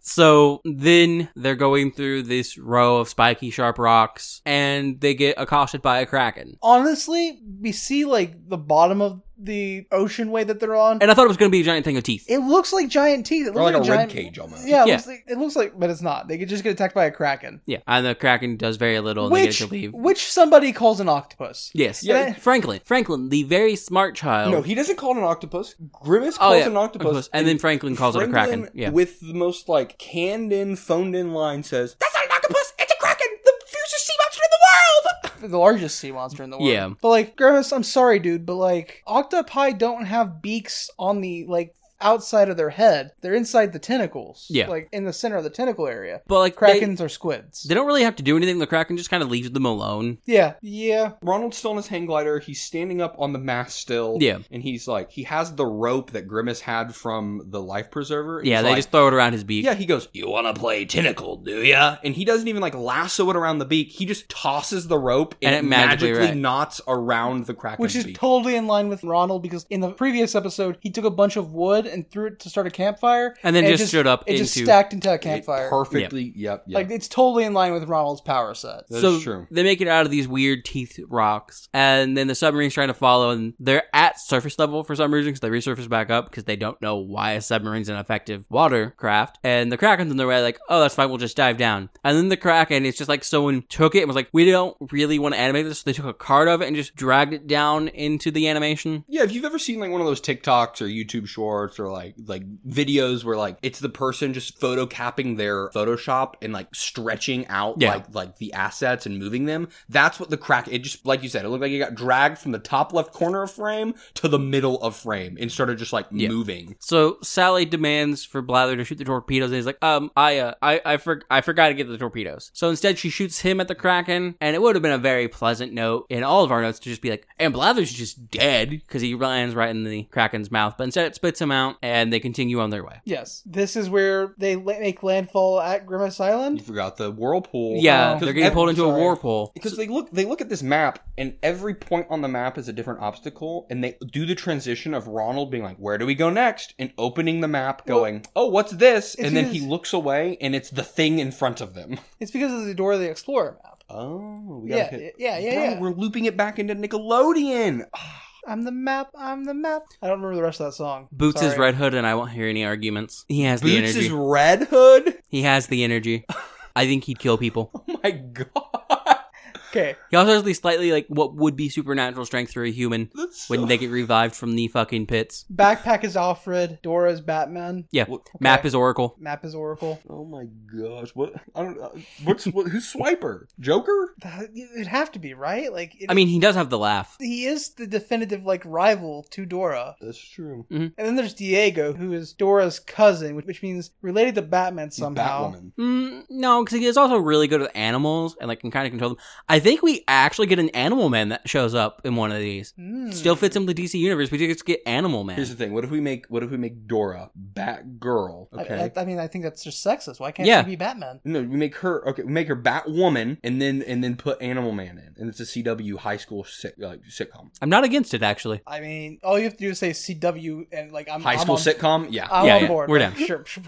Speaker 2: So then they're going through this row of spiky, sharp rocks and they get accosted by a kraken.
Speaker 1: Honestly, we see like the bottom of the ocean way that they're on.
Speaker 2: And I thought it was going to be a giant thing of teeth.
Speaker 1: It looks like giant teeth. It
Speaker 3: or
Speaker 1: looks
Speaker 3: like a
Speaker 1: giant...
Speaker 3: rib cage almost.
Speaker 1: Yeah, it,
Speaker 2: Yeah.
Speaker 1: Looks like, it looks like, but it's not. They could just get attacked by a kraken.
Speaker 2: yeah. And the kraken does very little and they get
Speaker 1: which
Speaker 2: to leave.
Speaker 1: which somebody calls an octopus.
Speaker 2: Yes. uh,
Speaker 1: Yeah.
Speaker 2: Franklin. Franklin, the very smart child.
Speaker 3: No, he doesn't call it an octopus. Grimace
Speaker 2: Oh,
Speaker 3: calls
Speaker 2: yeah.
Speaker 3: it an octopus,
Speaker 2: Octopus. And then Franklin calls it a
Speaker 3: Franklin,
Speaker 2: kraken. Yeah.
Speaker 3: With the most like canned in, phoned in line says, "That's not an octopus. It's a kraken, the fiercest sea monster in the world."
Speaker 1: The largest sea monster in the world.
Speaker 2: Yeah.
Speaker 1: But like Grimace, I'm sorry, dude, but like octopi don't have beaks on the like outside of their head. They're inside the tentacles.
Speaker 2: Yeah.
Speaker 1: Like in the center of the tentacle area.
Speaker 2: But like
Speaker 1: Krakens are squids.
Speaker 2: They, they don't really have to do anything. The Kraken just kind of leaves them alone.
Speaker 1: yeah. Yeah.
Speaker 3: Ronald's still in his hang glider. He's standing up on the mast still.
Speaker 2: Yeah.
Speaker 3: And he's like, he has the rope that Grimace had from the life preserver. and
Speaker 2: Yeah,
Speaker 3: he's
Speaker 2: they
Speaker 3: like-
Speaker 2: just throw it around his beak.
Speaker 3: Yeah, he goes, You wanna play tentacle, do ya? And he doesn't even like lasso it around the beak. He just tosses the rope and, it magically,
Speaker 2: right.
Speaker 3: knots around the Kraken's
Speaker 1: Which is
Speaker 3: beak.
Speaker 1: totally in line with Ronald because in the previous episode he took a bunch of wood and threw it to start a campfire
Speaker 2: And then
Speaker 1: it
Speaker 2: just stood up
Speaker 1: It just
Speaker 2: into-
Speaker 1: stacked into a
Speaker 3: It
Speaker 1: campfire.
Speaker 3: perfectly yep, yep.
Speaker 1: Like it's totally in line with Ronald's power set.
Speaker 3: That's
Speaker 2: so
Speaker 3: true.
Speaker 2: they make it out of these weird teeth rocks, and then the submarine's trying to follow, and they're at surface level for some reason because they resurface back up because they don't know why a submarine's an effective watercraft. And the Kraken's in their way, like, oh, that's fine, we'll just dive down. And then the Kraken, it's just like someone took it and was like, we don't really want to animate this, so they took a card of it and just dragged it down into the animation.
Speaker 3: Yeah, if you've ever seen like one of those TikToks or YouTube shorts or like like videos where like it's the person just photocapping their Photoshop and like stretching out
Speaker 2: Yeah.
Speaker 3: like like the assets and moving them, that's what the crack it just like you said, it looked like it got dragged from the top left corner of frame to the middle of frame and started just like
Speaker 2: Yeah.
Speaker 3: moving.
Speaker 2: So Sally demands for Blather to shoot the torpedoes, and he's like, "Um, I, uh, I, I, for- I forgot to get the torpedoes." So instead, she shoots him at the Kraken, and it would have been a very pleasant note in all of our notes to just be like, "And Blather's just dead" because he lands right in the Kraken's mouth. But instead, it spits him out, and they continue on their way.
Speaker 1: Yes, this is where they la- make landfall at Grimace
Speaker 3: You
Speaker 1: Island.
Speaker 3: forgot the whirlpool.
Speaker 2: Yeah,
Speaker 1: Wow.
Speaker 2: they're getting pulled into a
Speaker 1: Sorry.
Speaker 2: whirlpool.
Speaker 3: Because they look they look at this map and every point on the map is a different obstacle and they do the transition of Ronald being like, Where do we go next? and opening the map going, Oh, what's this?
Speaker 1: it's
Speaker 3: And then he
Speaker 1: because-
Speaker 3: looks away and it's the thing in front of them.
Speaker 1: It's because of the Dora the Explorer map.
Speaker 3: Oh we
Speaker 1: Yeah,
Speaker 3: gotta hit-
Speaker 1: yeah, yeah,
Speaker 3: Bro,
Speaker 1: yeah.
Speaker 3: We're looping it back into Nickelodeon.
Speaker 1: I'm the map. I'm the map. I don't remember the rest of that song.
Speaker 2: Boots is
Speaker 1: Sorry.
Speaker 2: Red Hood, and I won't hear any arguments. He has the
Speaker 3: Boots
Speaker 2: energy.
Speaker 3: is Red Hood?
Speaker 2: he has the energy. I think he'd kill people.
Speaker 3: Oh my god.
Speaker 1: Okay,
Speaker 2: He also has the slightly like what would be supernatural strength for a human
Speaker 3: That's so
Speaker 2: when they get revived from the fucking pits.
Speaker 1: backpack is Alfred. Dora is Batman.
Speaker 2: Yeah,
Speaker 3: What-
Speaker 2: map is Oracle.
Speaker 1: Map is Oracle.
Speaker 3: Oh my gosh! What? I don't. Uh, what's what, who's Swiper? Joker?
Speaker 1: That- It'd have to be right. Like, it,
Speaker 2: I mean, he does have the laugh.
Speaker 1: he is the definitive like rival to Dora.
Speaker 3: That's true.
Speaker 1: And then there's Diego, who is Dora's cousin, which, which means related to Batman
Speaker 3: He's
Speaker 1: somehow.
Speaker 3: Batwoman.
Speaker 2: Mm, no, because he is also really good with animals and like can kind of control them. I think we actually get an Animal Man that shows up in one of these.
Speaker 1: Hmm.
Speaker 2: Still fits into the DC universe. We just get Animal Man.
Speaker 3: Here's the thing. What if we make what if we make Dora Batgirl?
Speaker 1: I-
Speaker 3: Okay.
Speaker 1: I, I mean, I think that's just sexist. Why can't
Speaker 2: Yeah.
Speaker 1: she be Batman?
Speaker 3: no, we make her okay. We make her Batwoman, and then and then put Animal Man in, and it's a CW high school sit, like, sitcom,
Speaker 2: I'm not against it actually.
Speaker 1: I mean, all you have to do is say CW and like I'm
Speaker 3: high
Speaker 1: I'm
Speaker 3: school
Speaker 1: on,
Speaker 3: sitcom. Yeah,
Speaker 1: I'm
Speaker 2: Yeah,
Speaker 1: on
Speaker 2: yeah,
Speaker 1: board.
Speaker 2: we're down.
Speaker 1: Sure, sure.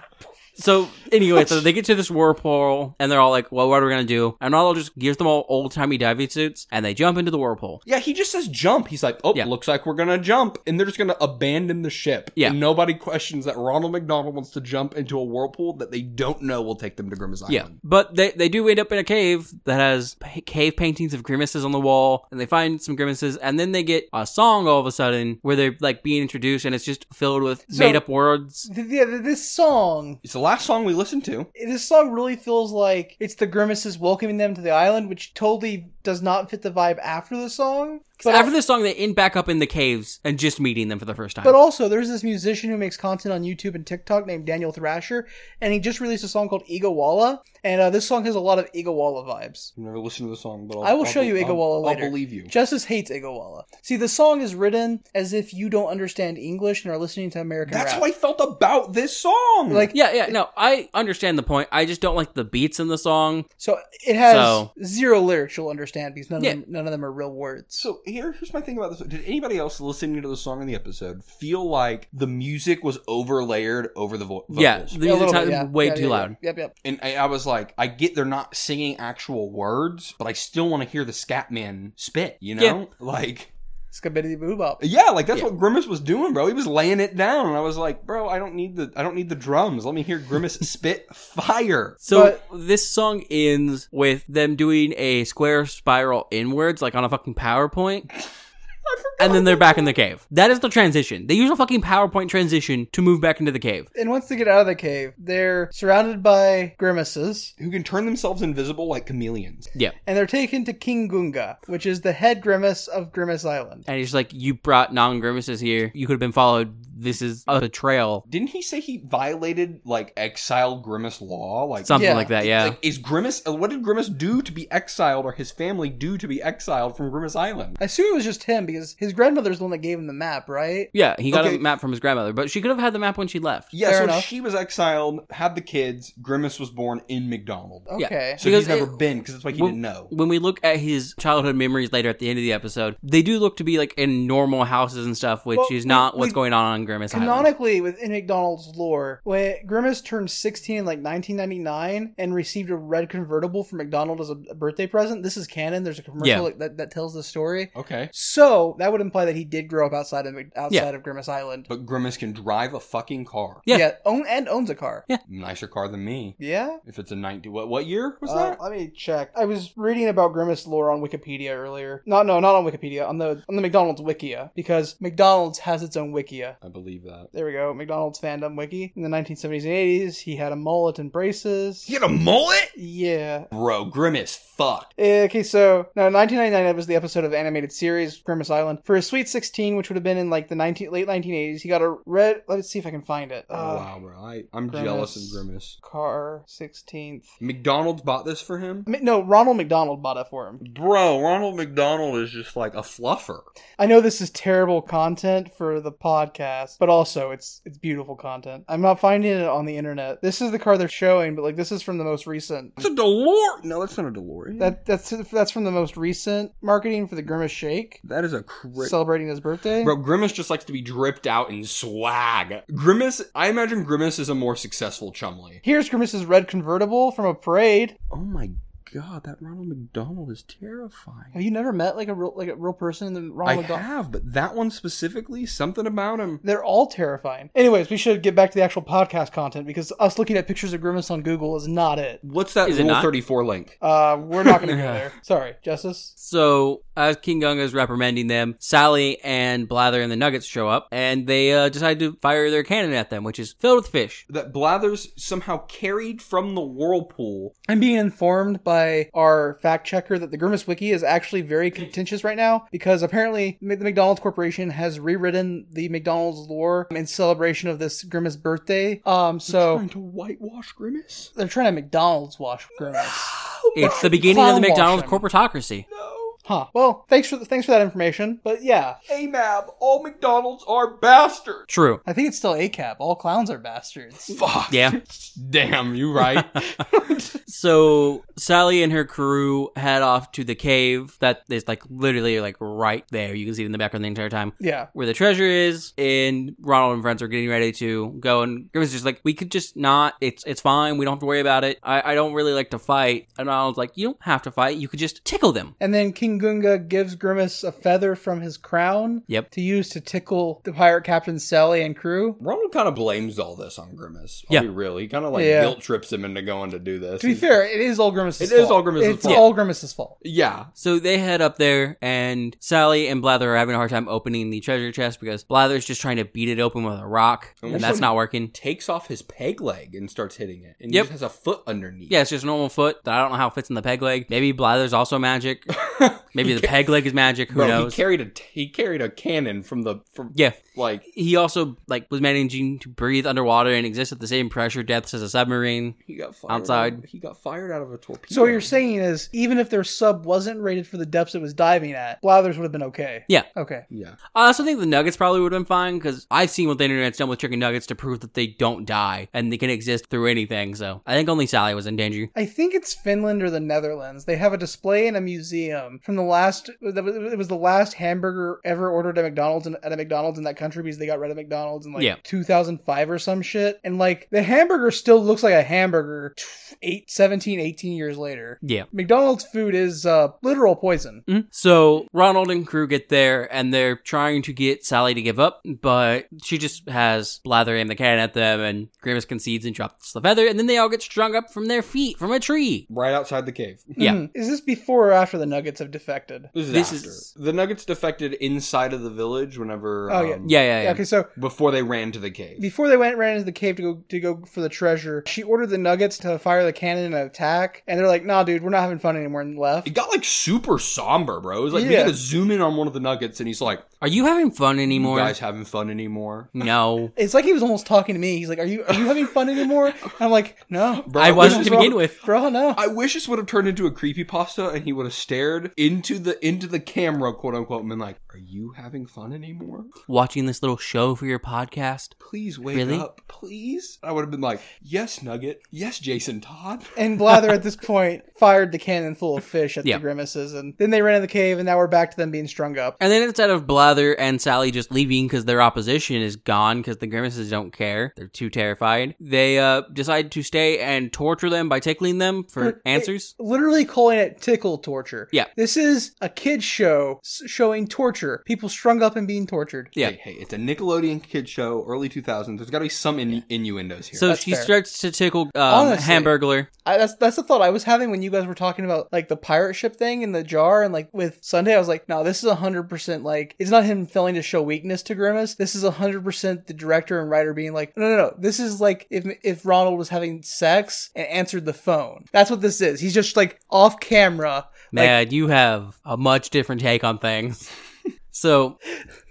Speaker 2: So anyway, so they get to this whirlpool and they're all like, "Well, what are we gonna do?" And Arnold just gives them all old timey diving suits and they jump into the whirlpool.
Speaker 3: yeah. He just says jump. He's like, oh,
Speaker 2: Yeah.
Speaker 3: looks like we're gonna jump, and they're just gonna abandon the ship.
Speaker 2: Yeah.
Speaker 3: and nobody questions that Ronald McDonald wants to jump into a whirlpool that they don't know will take them to Grimace
Speaker 2: Yeah,
Speaker 1: Um,
Speaker 3: Island.
Speaker 2: but they they do end up in a cave that has pa- cave paintings of grimaces on the wall, and they find some grimaces, and then they get a song all of a sudden where they're like being introduced, and it's just filled with
Speaker 1: So-
Speaker 2: made up words.
Speaker 1: Th- yeah, th- this song,
Speaker 3: It's the last song we listened to.
Speaker 1: this song really feels like it's the grimaces welcoming them to the island, which totally does not fit the vibe after the song.
Speaker 2: 'Cause
Speaker 1: But
Speaker 2: after this song, they end back up in the caves and just meeting them for the first time.
Speaker 1: But also, there's this musician who makes content on YouTube and TikTok named Daniel Thrasher, and he just released a song called Igawalla, and uh, this song has a lot of Igawalla vibes.
Speaker 3: I've never listened to the song, but I'll,
Speaker 1: I will show you
Speaker 3: I'll-
Speaker 1: Igawalla later.
Speaker 3: I'll believe you.
Speaker 1: Justice hates Igawalla. See, the song is written as if you don't understand English and are listening to American
Speaker 3: That's
Speaker 1: rap.
Speaker 3: how I felt about this song.
Speaker 1: Like-
Speaker 2: yeah, yeah, no, I understand the point. I just don't like the beats in the song.
Speaker 1: so it has
Speaker 2: So-
Speaker 1: zero lyrics you'll understand because none of
Speaker 2: Yeah.
Speaker 1: them, none of them are real words.
Speaker 3: So here, here's my thing about this. Did anybody else listening to the song in the episode feel like the music was overlayered over the vo- vocals?
Speaker 1: Yeah,
Speaker 2: Yeah, the
Speaker 1: a
Speaker 2: music
Speaker 1: little bit,
Speaker 2: time
Speaker 1: yeah.
Speaker 2: way
Speaker 1: Yeah,
Speaker 2: too
Speaker 1: yeah, yeah.
Speaker 2: loud.
Speaker 1: Yep, yep.
Speaker 3: And I, I was like, I get they're not singing actual words, but I still want to hear the scat man spit, you know?
Speaker 2: Yeah.
Speaker 3: Like,
Speaker 1: Skibidi boobop.
Speaker 3: yeah, like that's
Speaker 2: Yeah.
Speaker 3: what Grimace was doing, bro. He was laying it down. And I was like, bro, I don't need the, I don't need the drums. Let me hear Grimace spit fire.
Speaker 2: So this song ends with them doing a square spiral inwards, like on a fucking PowerPoint.
Speaker 3: I
Speaker 2: and then they're back in the cave. That is the transition. They use a fucking PowerPoint transition to move back into the cave.
Speaker 1: And once they get out of the cave, they're surrounded by grimaces,
Speaker 3: Who can turn themselves invisible like chameleons.
Speaker 2: Yeah.
Speaker 1: and they're taken to King Gunga, which is the head grimace of Grimace Island.
Speaker 2: And he's like, You brought non grimaces here. You could have been followed. This is a betrayal.
Speaker 3: Didn't he say he violated like exile grimace law? Like
Speaker 2: Something
Speaker 1: Yeah.
Speaker 2: like that, yeah.
Speaker 3: Like is Grimace? uh, What did Grimace do to be exiled, or his family do to be exiled from Grimace Island?
Speaker 1: I assume it was just him because his grandmother's the one that gave him the map, right?
Speaker 2: yeah, he got
Speaker 3: Okay.
Speaker 2: a map from his grandmother, but she could have had the map when she left.
Speaker 3: Yeah,
Speaker 1: Fair
Speaker 3: so
Speaker 1: enough.
Speaker 3: she was exiled, had the kids. Grimace was born in McDonald,
Speaker 1: Okay.
Speaker 3: so
Speaker 2: Because
Speaker 3: he's never
Speaker 2: it-
Speaker 3: been because that's why he
Speaker 2: Well-
Speaker 3: didn't know.
Speaker 2: When we look at his childhood memories later at the end of the episode, they do look to be like in normal houses and stuff, which
Speaker 1: Well,
Speaker 2: is not
Speaker 1: we-
Speaker 2: what's
Speaker 1: we-
Speaker 2: going on on Grimace Island.
Speaker 1: Canonically, within McDonald's lore, when Grimace turned 16 in like 1999 and received a red convertible from McDonald as a a birthday present, this is canon. There's a commercial
Speaker 2: Yeah.
Speaker 1: like, that, that tells the story.
Speaker 3: Okay,
Speaker 1: So that would imply that he did grow up outside of Mc- outside
Speaker 2: Yeah.
Speaker 1: of Grimace Island.
Speaker 3: but Grimace can drive a fucking car.
Speaker 2: Yeah.
Speaker 1: own and owns a car.
Speaker 2: Yeah.
Speaker 3: nicer car than me.
Speaker 1: Yeah.
Speaker 3: If it's a ninety, what what year was
Speaker 1: Uh,
Speaker 3: that?
Speaker 1: Let me check. I was reading about Grimace lore on Wikipedia earlier. No, no, not on Wikipedia. On the on the McDonald's Wikia because McDonald's has its own Wikia.
Speaker 3: I believe that.
Speaker 1: There we go. McDonald's fandom wiki. In the 1970s and 80s, he had a mullet and braces.
Speaker 3: He had a mullet,
Speaker 1: Yeah.
Speaker 3: bro. Grimace, fuck.
Speaker 1: Eh, Okay, so now 1999 that was the episode of the animated series Grimace Island. For his Sweet 16, which would have been in like the 19, late 1980s, he got a red. Let's see if I can find it.
Speaker 3: oh,
Speaker 1: Uh,
Speaker 3: wow, bro. I, I'm
Speaker 1: Grimace.
Speaker 3: jealous of Grimace.
Speaker 1: Car 16th.
Speaker 3: McDonald's bought this for him.
Speaker 1: Mi- No, Ronald McDonald bought it for him.
Speaker 3: Bro, Ronald McDonald is just like a fluffer.
Speaker 1: I know this is terrible content for the podcast, but also it's it's beautiful content. I'm not finding it on the internet. This is the car they're showing, but like this is from the most recent.
Speaker 3: It's a DeLorean. No, that's not a DeLorean.
Speaker 1: That that's that's from the most recent marketing for the Grimace Shake,
Speaker 3: that is a crazy.
Speaker 1: celebrating his birthday.
Speaker 3: Bro, Grimace just likes to be dripped out in swag. Grimace, I imagine Grimace is a more successful Chumley.
Speaker 1: Here's Grimace's red convertible from a parade.
Speaker 3: Oh my god, that Ronald McDonald is terrifying.
Speaker 1: Have you never met like a real like a real person in the
Speaker 3: I
Speaker 1: Ronald McDonald?
Speaker 3: have, but that one specifically, something about him.
Speaker 1: They're all terrifying. Anyways, we should get back to the actual podcast content because us looking at pictures of Grimace on Google is not it.
Speaker 3: What's that
Speaker 2: Is it
Speaker 3: Rule
Speaker 2: not?
Speaker 3: 34 link?
Speaker 1: Uh, we're not going to go there. Sorry, Justice.
Speaker 2: So as King Gunga is reprimanding them, Sally and Blather and the Nuggets show up, and they uh, decide to fire their cannon at them, which is filled with fish.
Speaker 3: That Blathers somehow carried from the whirlpool.
Speaker 1: I'm being informed by our fact checker that the Grimace Wiki is actually very contentious right now because apparently Ma- the McDonald's Corporation has rewritten the McDonald's lore in celebration of this Grimace birthday. Um, so
Speaker 3: Trying to whitewash Grimace?
Speaker 1: they're trying to McDonald's wash Grimace.
Speaker 2: It's the beginning of the
Speaker 1: Clown
Speaker 2: McDonald's
Speaker 1: washing.
Speaker 2: corporatocracy.
Speaker 3: Oh No.
Speaker 1: Huh. Well, thanks for thanks for that information. But yeah,
Speaker 3: AMAB, all McDonald's are bastards.
Speaker 2: True.
Speaker 1: I think it's still ACAP. All clowns are bastards.
Speaker 3: Fuck.
Speaker 2: Yeah.
Speaker 3: Damn, you right.
Speaker 2: So Sally and her crew head off to the cave that is like literally like right there. You can see it in the background the entire time.
Speaker 1: Yeah.
Speaker 2: Where the treasure is, and Ronald and friends are getting ready to go, and Grimace is just like, "We could just not. It's it's fine. We don't have to worry about it. I, I don't really like to fight." And Ronald's like, "You don't have to fight. You could just tickle them."
Speaker 1: And then King Gunga gives Grimace a feather from his crown
Speaker 2: Yep.
Speaker 1: to use to tickle the pirate captain Sally and crew.
Speaker 3: Ronald kind of blames all this on Grimace. I'll
Speaker 2: Yeah.
Speaker 3: be real. He kind of like
Speaker 1: Yeah.
Speaker 3: guilt trips him into going to do this.
Speaker 1: To be
Speaker 3: He's-
Speaker 1: fair, it is all Grimace's
Speaker 3: It is
Speaker 1: fault.
Speaker 3: all Grimace's
Speaker 1: it's
Speaker 3: fault.
Speaker 1: all Grimace's fault.
Speaker 3: Yeah.
Speaker 2: So they head up there, and Sally and Blather are having a hard time opening the treasure chest because Blather's just trying to beat it open with a rock,
Speaker 3: And
Speaker 2: and
Speaker 3: which
Speaker 2: that's
Speaker 3: one-
Speaker 2: not working.
Speaker 3: Takes off his peg leg and starts hitting it. And he
Speaker 2: Yep.
Speaker 3: just has a foot underneath.
Speaker 2: Yeah, it's just a normal foot that I don't know how it fits in the peg leg. Maybe Blather's also magic. Maybe the peg leg is magic. Who
Speaker 3: Bro,
Speaker 2: knows?
Speaker 3: he carried a he carried a cannon from the from
Speaker 2: yeah.
Speaker 3: like
Speaker 2: He also like was managing to breathe underwater and exist at the same pressure depths as a submarine.
Speaker 3: he got fired
Speaker 2: Outside.
Speaker 3: He got fired out of a torpedo.
Speaker 1: So what you're saying is, even if their sub wasn't rated for the depths it was diving at, Blathers would have been okay.
Speaker 2: Yeah.
Speaker 1: Okay.
Speaker 3: Yeah.
Speaker 2: I also think the nuggets probably would have been fine because I've seen what the internet's done with chicken nuggets to prove that they don't die and they can exist through anything. So I think only Sally was in danger.
Speaker 1: I think it's Finland or the Netherlands. They have a display in a museum from the last. It was the last hamburger ever ordered at McDonald's in, at a McDonald's in that country because they got rid of McDonald's in like
Speaker 2: Yeah.
Speaker 1: 2005 or some shit. And like the hamburger still looks like a hamburger tw- eight, 17, 18 years later.
Speaker 2: Yeah.
Speaker 1: McDonald's food is uh, literal poison.
Speaker 2: Mhm. So Ronald and crew get there and they're trying to get Sally to give up, but she just has Blather aim the cannon at them and Grimace concedes and drops the feather, and then they all get strung up from their feet from a tree.
Speaker 3: Right outside the cave.
Speaker 2: Yeah.
Speaker 1: Mm-hmm. Mhm. Is this before or after the Nuggets have defected? defected.
Speaker 3: This is
Speaker 2: This
Speaker 3: after.
Speaker 2: is-
Speaker 3: the Nuggets defected inside of the village whenever.
Speaker 1: Oh, yeah.
Speaker 3: um,
Speaker 2: Yeah, yeah, yeah.
Speaker 1: Okay, so
Speaker 3: Before they ran to the cave.
Speaker 1: before they went ran into the cave to go to go for the treasure, she ordered the Nuggets to fire the cannon and attack, and they're like, "Nah, dude, we're not having fun anymore," and left.
Speaker 3: It got like super somber, bro. It was like we
Speaker 1: Yeah.
Speaker 3: gotta zoom in on one of the Nuggets, and he's like,
Speaker 2: Are you having fun
Speaker 3: "You
Speaker 2: anymore?
Speaker 3: guys having fun anymore?"
Speaker 2: No.
Speaker 1: It's like he was almost talking to me. He's like, "Are you are you having fun anymore?" And I'm like, "No,
Speaker 3: Bro,
Speaker 2: I
Speaker 3: wish
Speaker 2: wasn't
Speaker 3: this
Speaker 2: to
Speaker 3: would-
Speaker 2: begin with.
Speaker 1: bro, no."
Speaker 3: I wish this would have turned into a creepypasta and he would have stared into the into the camera, quote unquote, and been like, Are you having fun anymore?
Speaker 2: Watching this little show for your podcast.
Speaker 3: Please wake
Speaker 2: Really?
Speaker 3: up, please. I would have been like, Yes, Nugget. Yes, Jason Todd.
Speaker 1: And Blather at this point fired the cannon full of fish at
Speaker 2: Yeah.
Speaker 1: the grimaces, and then they ran in the cave, and now we're back to them being strung up.
Speaker 2: And then instead of Blather and Sally just leaving because their opposition is gone because the Grimaces don't care, they're too terrified, they uh, decide to stay and torture them by tickling them for
Speaker 1: It-
Speaker 2: answers.
Speaker 1: Literally calling it tickle torture.
Speaker 2: Yeah.
Speaker 1: This is a kid's show s- showing torture. People strung up and being tortured.
Speaker 2: Yeah.
Speaker 3: Hey, hey, it's a Nickelodeon kid show, early 2000s. There's gotta be some in- innuendos here.
Speaker 2: So
Speaker 1: That's
Speaker 2: she
Speaker 1: fair.
Speaker 2: starts to tickle um,
Speaker 1: Honestly.
Speaker 2: Hamburglar.
Speaker 1: I, that's that's the thought I was having when you guys were talking about like the pirate ship thing in the jar and like with Sunday. I was like, no, this is hundred percent like it's not him failing to show weakness to Grimace. This is hundred percent the director and writer being like, no, no, no. This is like if if Ronald was having sex and answered the phone. That's what this is. He's just like off camera. Like,
Speaker 2: Man, you have a much different take on things. so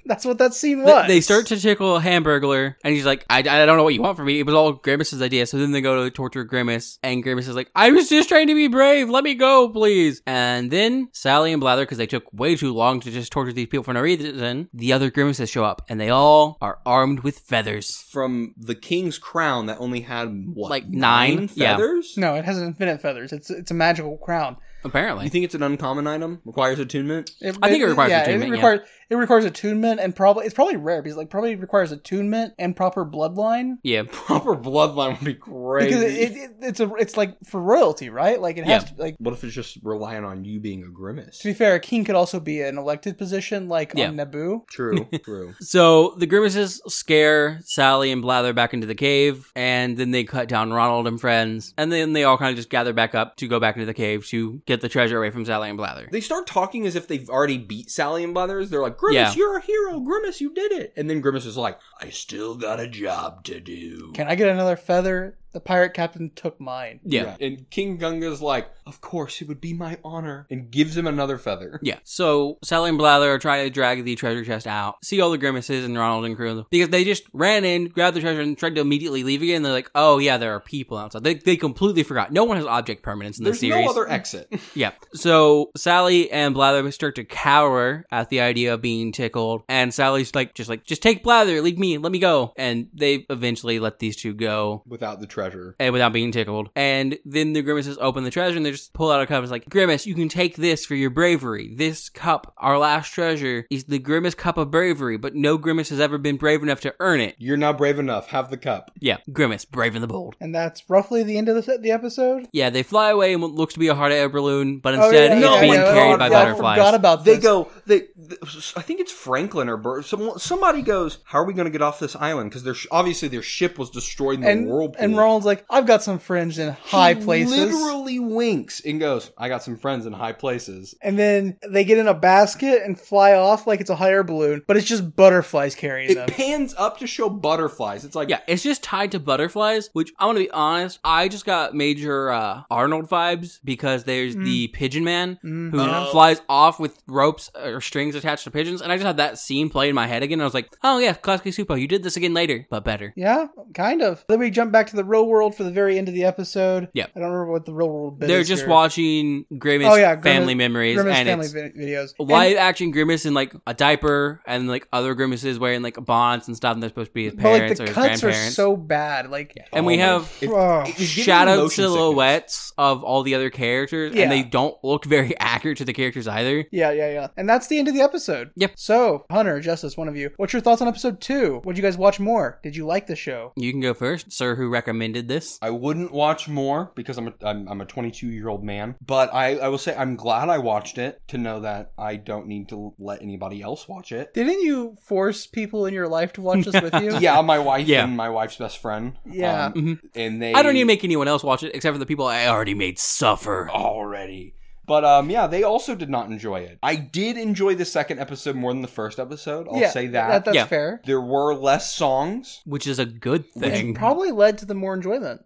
Speaker 1: that's what that scene
Speaker 2: th-
Speaker 1: was.
Speaker 2: they start to tickle Hamburglar, and he's like, I, I don't know what you want from me. It was all Grimace's idea. So then they go to torture Grimace, and Grimace is like, I was just trying to be brave. Let me go, please. And then Sally and Blather, because they took way too long to just torture these people for no reason, the other Grimaces show up, and they all are armed with feathers.
Speaker 3: from the king's crown that only had what
Speaker 2: Like nine? Yeah.
Speaker 3: feathers?
Speaker 1: No, it has infinite feathers. It's it's a magical crown.
Speaker 2: Apparently.
Speaker 3: You think it's an uncommon item? Requires attunement?
Speaker 2: I think it requires attunement,
Speaker 1: It
Speaker 2: yeah.
Speaker 1: requires it requires attunement and probably it's probably rare because like probably requires attunement and proper bloodline.
Speaker 2: yeah.
Speaker 3: Proper bloodline would be crazy.
Speaker 1: because it, it, it's a it's like for royalty, right? Like it has to like.
Speaker 3: what if it's just relying on you being a grimace?
Speaker 1: To be fair, a king could also be an elected position, like
Speaker 2: Yeah.
Speaker 1: on Naboo.
Speaker 3: True, true.
Speaker 2: So the grimaces scare Sally and Blather back into the cave, and then they cut down Ronald and friends, and then they all kind of just gather back up to go back into the cave to get the treasure away from Sally and Blather.
Speaker 3: They start talking as if they've already beat Sally and Blathers. They're like, Grimace,
Speaker 2: Yeah.
Speaker 3: you're a hero. Grimace, you did it. And then Grimace is like, I still got a job to do.
Speaker 1: Can I get another feather? The pirate captain took mine.
Speaker 2: Yeah. yeah.
Speaker 3: And King Gunga's like, Of course, it would be my honor. And gives him another feather.
Speaker 2: So Sally and Blather are trying to drag the treasure chest out, see all the grimaces and Ronald and crew because they just ran in, grabbed the treasure, and tried to immediately leave again. They're like, "Oh yeah, there are people outside." They, they completely forgot. No one has object permanence in
Speaker 3: There's
Speaker 2: this series.
Speaker 3: no other exit.
Speaker 2: Yeah. So Sally and Blather start to cower at the idea of being tickled, and Sally's like, just like, just take Blather, leave me, let me go. And they eventually let these two go.
Speaker 3: Without the treasure.
Speaker 2: And without being tickled. And then the Grimaces open the treasure and they just pull out a cup. It's like, Grimace, you can take this for your bravery. This cup, our last treasure, is the Grimace Cup of Bravery, but no Grimace has ever been brave enough to earn it.
Speaker 3: You're not brave enough. Have the cup.
Speaker 2: Yeah, Grimace, brave and the bold.
Speaker 1: And that's roughly the end of the se- the episode. Oh,
Speaker 2: Yeah, they fly away in what looks to be a hot air balloon, but instead
Speaker 3: Oh, yeah,
Speaker 2: it's
Speaker 3: yeah,
Speaker 2: being
Speaker 3: yeah.
Speaker 2: carried
Speaker 3: Oh,
Speaker 2: by
Speaker 3: yeah, I
Speaker 1: I
Speaker 2: butterflies.
Speaker 1: forgot about
Speaker 3: They
Speaker 1: this.
Speaker 3: go. They, th- I think it's Franklin or Bur- someone. Somebody goes. How are we going to get off this island? Because their sh- obviously their ship was destroyed in the
Speaker 1: and
Speaker 3: whirlpool.
Speaker 1: and Ronald's like, I've got some friends in high
Speaker 3: He
Speaker 1: places.
Speaker 3: Literally winks and goes. I got some friends in high places.
Speaker 1: And then they get in a basket and fly off like it's a hot air balloon, but it's just butterflies carrying
Speaker 3: It
Speaker 1: them.
Speaker 3: pans up to show butterflies. It's like
Speaker 2: Yeah, it's just tied to butterflies, which I'm gonna be honest, I just got major uh, Arnold vibes because there's
Speaker 1: Mm.
Speaker 2: the pigeon man who
Speaker 3: Oh.
Speaker 2: flies off with ropes or strings attached to pigeons, and I just had that scene play in my head again. And I was like, oh yeah, Klasky Supo, you did this again later, but better.
Speaker 1: Yeah, kind of. Then we jump back to the real world for the very end of the episode.
Speaker 2: Yeah.
Speaker 1: I don't remember what the real world bit
Speaker 2: They're
Speaker 1: is
Speaker 2: just
Speaker 1: here.
Speaker 2: watching Grimace
Speaker 1: Oh, yeah,
Speaker 2: family
Speaker 1: Grimace-
Speaker 2: memories,
Speaker 1: Grimace
Speaker 2: and
Speaker 1: family
Speaker 2: it's
Speaker 1: vi- videos. And-
Speaker 2: live action Grimace in like a diaper, and like other Grimaces wearing like bonds and stuff, and they're supposed to be his
Speaker 1: but like
Speaker 2: parents
Speaker 1: the
Speaker 2: or his
Speaker 1: cuts are
Speaker 2: grandparents.
Speaker 1: so bad. Like
Speaker 2: and we
Speaker 3: my-
Speaker 2: have
Speaker 3: it-
Speaker 1: Oh.
Speaker 3: it was giving me
Speaker 2: shadow
Speaker 3: motion sickness.
Speaker 2: silhouettes of all the other characters,
Speaker 1: Yeah.
Speaker 2: and they don't look very accurate to the characters either.
Speaker 1: yeah, yeah, yeah. And that's the end of the episode.
Speaker 2: Yep.
Speaker 1: So, Hunter, Justice, one of you, what's your thoughts on episode two? Would you guys watch more? Did you like the show?
Speaker 2: You can go first, sir, who recommended this.
Speaker 3: I wouldn't watch more because I'm a, I'm, I'm a 22 year old man, but I, I will say I'm glad I watched it to know that I don't need to let anybody else watch it.
Speaker 1: Didn't you force people in your life to watch this with you?
Speaker 3: Yeah, my wife
Speaker 2: Yeah.
Speaker 3: and my wife's best friend. Um,
Speaker 1: Yeah.
Speaker 2: Mhm.
Speaker 3: and they
Speaker 1: Oh.
Speaker 2: I don't need to make anyone else watch it except for the people I already made suffer.
Speaker 3: already. But um, yeah, they also did not enjoy it. I did enjoy the second episode more than the first episode. I'll
Speaker 1: yeah,
Speaker 3: say that.
Speaker 1: that's
Speaker 2: Yeah.
Speaker 1: fair.
Speaker 3: There were less songs.
Speaker 2: which is a good thing.
Speaker 1: Which probably led to the more enjoyment.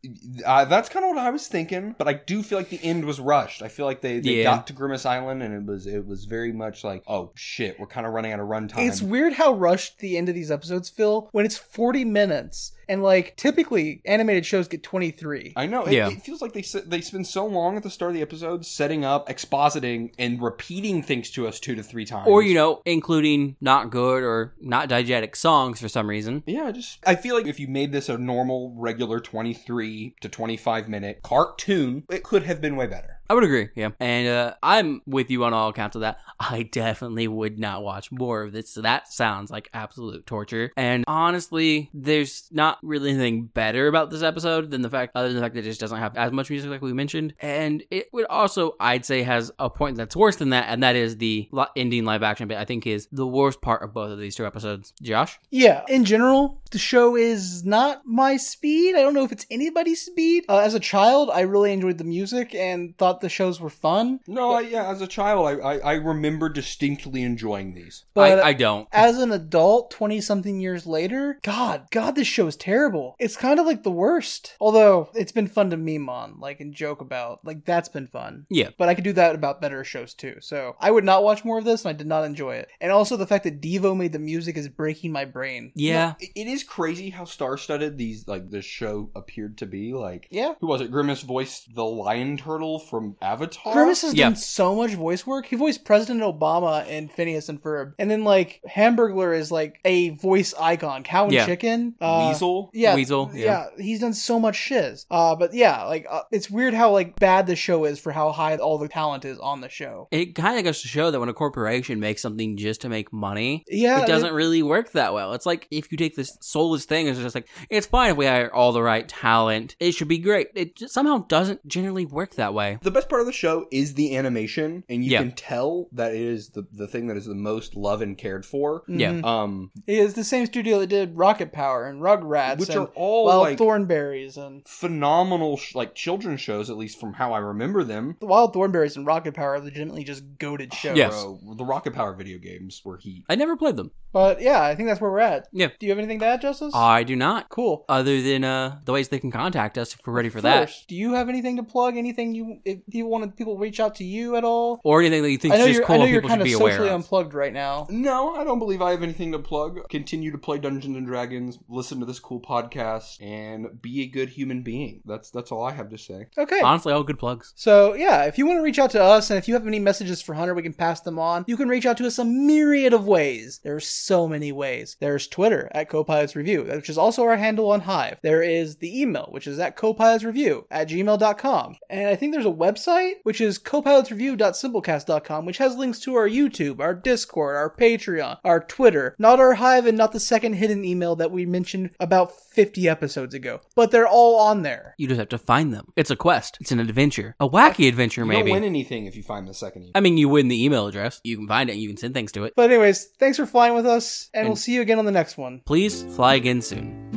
Speaker 3: Uh, that's kind of what I was thinking, but I do feel like the end was rushed. I feel like they, they
Speaker 2: Yeah.
Speaker 3: got to Grimace Island and it was it was very much like, oh shit, we're kind of running out of runtime.
Speaker 1: It's weird how rushed the end of these episodes feel when it's 40 minutes and like typically animated shows get 23.
Speaker 3: I know. It,
Speaker 2: Yeah.
Speaker 3: it feels like they s- they spend so long at the start of the episode setting up, expositing, and repeating things to us two to three times.
Speaker 2: or you know, including not good or not diegetic songs for some reason.
Speaker 3: Yeah, just I feel like if you made this a normal, regular twenty-three to twenty-five minute cartoon, it could have been way better.
Speaker 2: I would agree, yeah. And uh, I'm with you on all accounts of that. I definitely would not watch more of this. So that sounds like absolute torture. And honestly, there's not really anything better about this episode than the fact, other than the fact that it just doesn't have as much music like we mentioned. And it would also, I'd say, has a point that's worse than that, and that is the li- ending live action bit. I think is the worst part of both of these two episodes. Josh,
Speaker 1: Yeah, in general, the show is not my speed. I don't know if it's anybody's speed. Uh, as a child, I really enjoyed the music and thought the shows were fun.
Speaker 3: No, I, yeah, as a child, I, I I remember distinctly enjoying these.
Speaker 1: But
Speaker 2: I, I don't.
Speaker 1: as an adult, 20 something years later, God, God, this show is terrible. It's kind of like the worst. Although it's been fun to meme on, like, and joke about. Like, that's been fun.
Speaker 2: Yeah.
Speaker 1: But I could do that about better shows too. So I would not watch more of this and I did not enjoy it. And also the fact that Devo made the music is breaking my brain.
Speaker 2: Yeah.
Speaker 3: It- it is crazy how star-studded these like this show appered to be. Like,
Speaker 1: Yeah.
Speaker 3: who was it? Grimace voiced the lion turtle from Avatar.
Speaker 1: Grimace has
Speaker 2: Uh, Yeah.
Speaker 1: done so much voice work. He voiced President Obama and Phineas and Ferb. And then, like, Hamburglar is, like, a voice icon. Cow and
Speaker 2: Yeah.
Speaker 1: Chicken. Uh,
Speaker 3: Weasel.
Speaker 1: Yeah,
Speaker 2: Weasel,
Speaker 1: Yeah. he's done so much shiz. Uh, but yeah, like uh, it's weird how like bad the show is for how high all the talent is on the show.
Speaker 2: It kind of goes to show that when a corporation makes something just to make money,
Speaker 1: Yeah,
Speaker 2: it doesn't really work that well. It's like if you take this soulless thing, it's just like it's fine if we hire all the right talent. It should be great. It just somehow doesn't generally work that way.
Speaker 3: The best part of the show is the animation, and you
Speaker 2: Yeah.
Speaker 3: can tell that it is the, the thing that is the most loved and cared for.
Speaker 2: Yeah.
Speaker 3: Um,
Speaker 1: it's mm-hmm. the same studio that did Rocket Power and Rugrats,
Speaker 3: which
Speaker 1: and
Speaker 3: are all
Speaker 1: Wild
Speaker 3: like
Speaker 1: Thornberries and
Speaker 3: phenomenal, sh- like children's shows, at least from how I remember them.
Speaker 1: the Wild Thornberries and Rocket Power are legitimately just goaded shows.
Speaker 2: Yes.
Speaker 3: Bro, Uh, the Rocket Power video games were heat.
Speaker 2: I never played them.
Speaker 1: but yeah, I think that's where we're at.
Speaker 2: Yeah. Uh,
Speaker 1: Do you have anything to add, Justice?
Speaker 2: I do not.
Speaker 1: cool.
Speaker 2: Other than uh, the ways they can contact us if we're ready for that,
Speaker 1: First, do you have anything to plug? Anything you if you wanted people to reach out to you at all?
Speaker 2: or anything that you think
Speaker 1: I know
Speaker 2: is just
Speaker 1: you're I
Speaker 2: cool
Speaker 1: know
Speaker 2: and
Speaker 1: you're
Speaker 2: people
Speaker 1: kind
Speaker 2: should
Speaker 1: of
Speaker 2: be aware
Speaker 1: socially
Speaker 2: of.
Speaker 1: unplugged right now.
Speaker 3: No, I don't believe I have anything to plug. Continue to play Dungeons and Dragons, listen to this cool podcast, and be a good human being. That's that's all I have to say.
Speaker 1: Okay.
Speaker 2: Honestly, all good plugs.
Speaker 1: So yeah, if you want to reach out to us, and if you have any messages for Hunter, we can pass them on. You can reach out to us a myriad of ways. There's so many ways. There's Twitter at Copilots Review, which is also our handle on Hive. There is the email, which is at copilotsreview at gmail.com. And I think there's a website, which is copilotsreview.simplecast.com, which has links to our YouTube, our Discord, our Patreon, our Twitter, not our Hive, and not the second hidden email that we mentioned about 50 episodes ago. But they're all on there.
Speaker 2: You just have to find them. It's a quest. It's an adventure. A wacky adventure,
Speaker 3: You don't win
Speaker 2: maybe.
Speaker 3: anything if you find the second E email.
Speaker 2: I mean, you win the email address. You can find it. and You can send things to it.
Speaker 1: But anyways, thanks for flying with us, and, we'll
Speaker 2: And-
Speaker 1: see you again on the next one.
Speaker 2: Please fly again soon.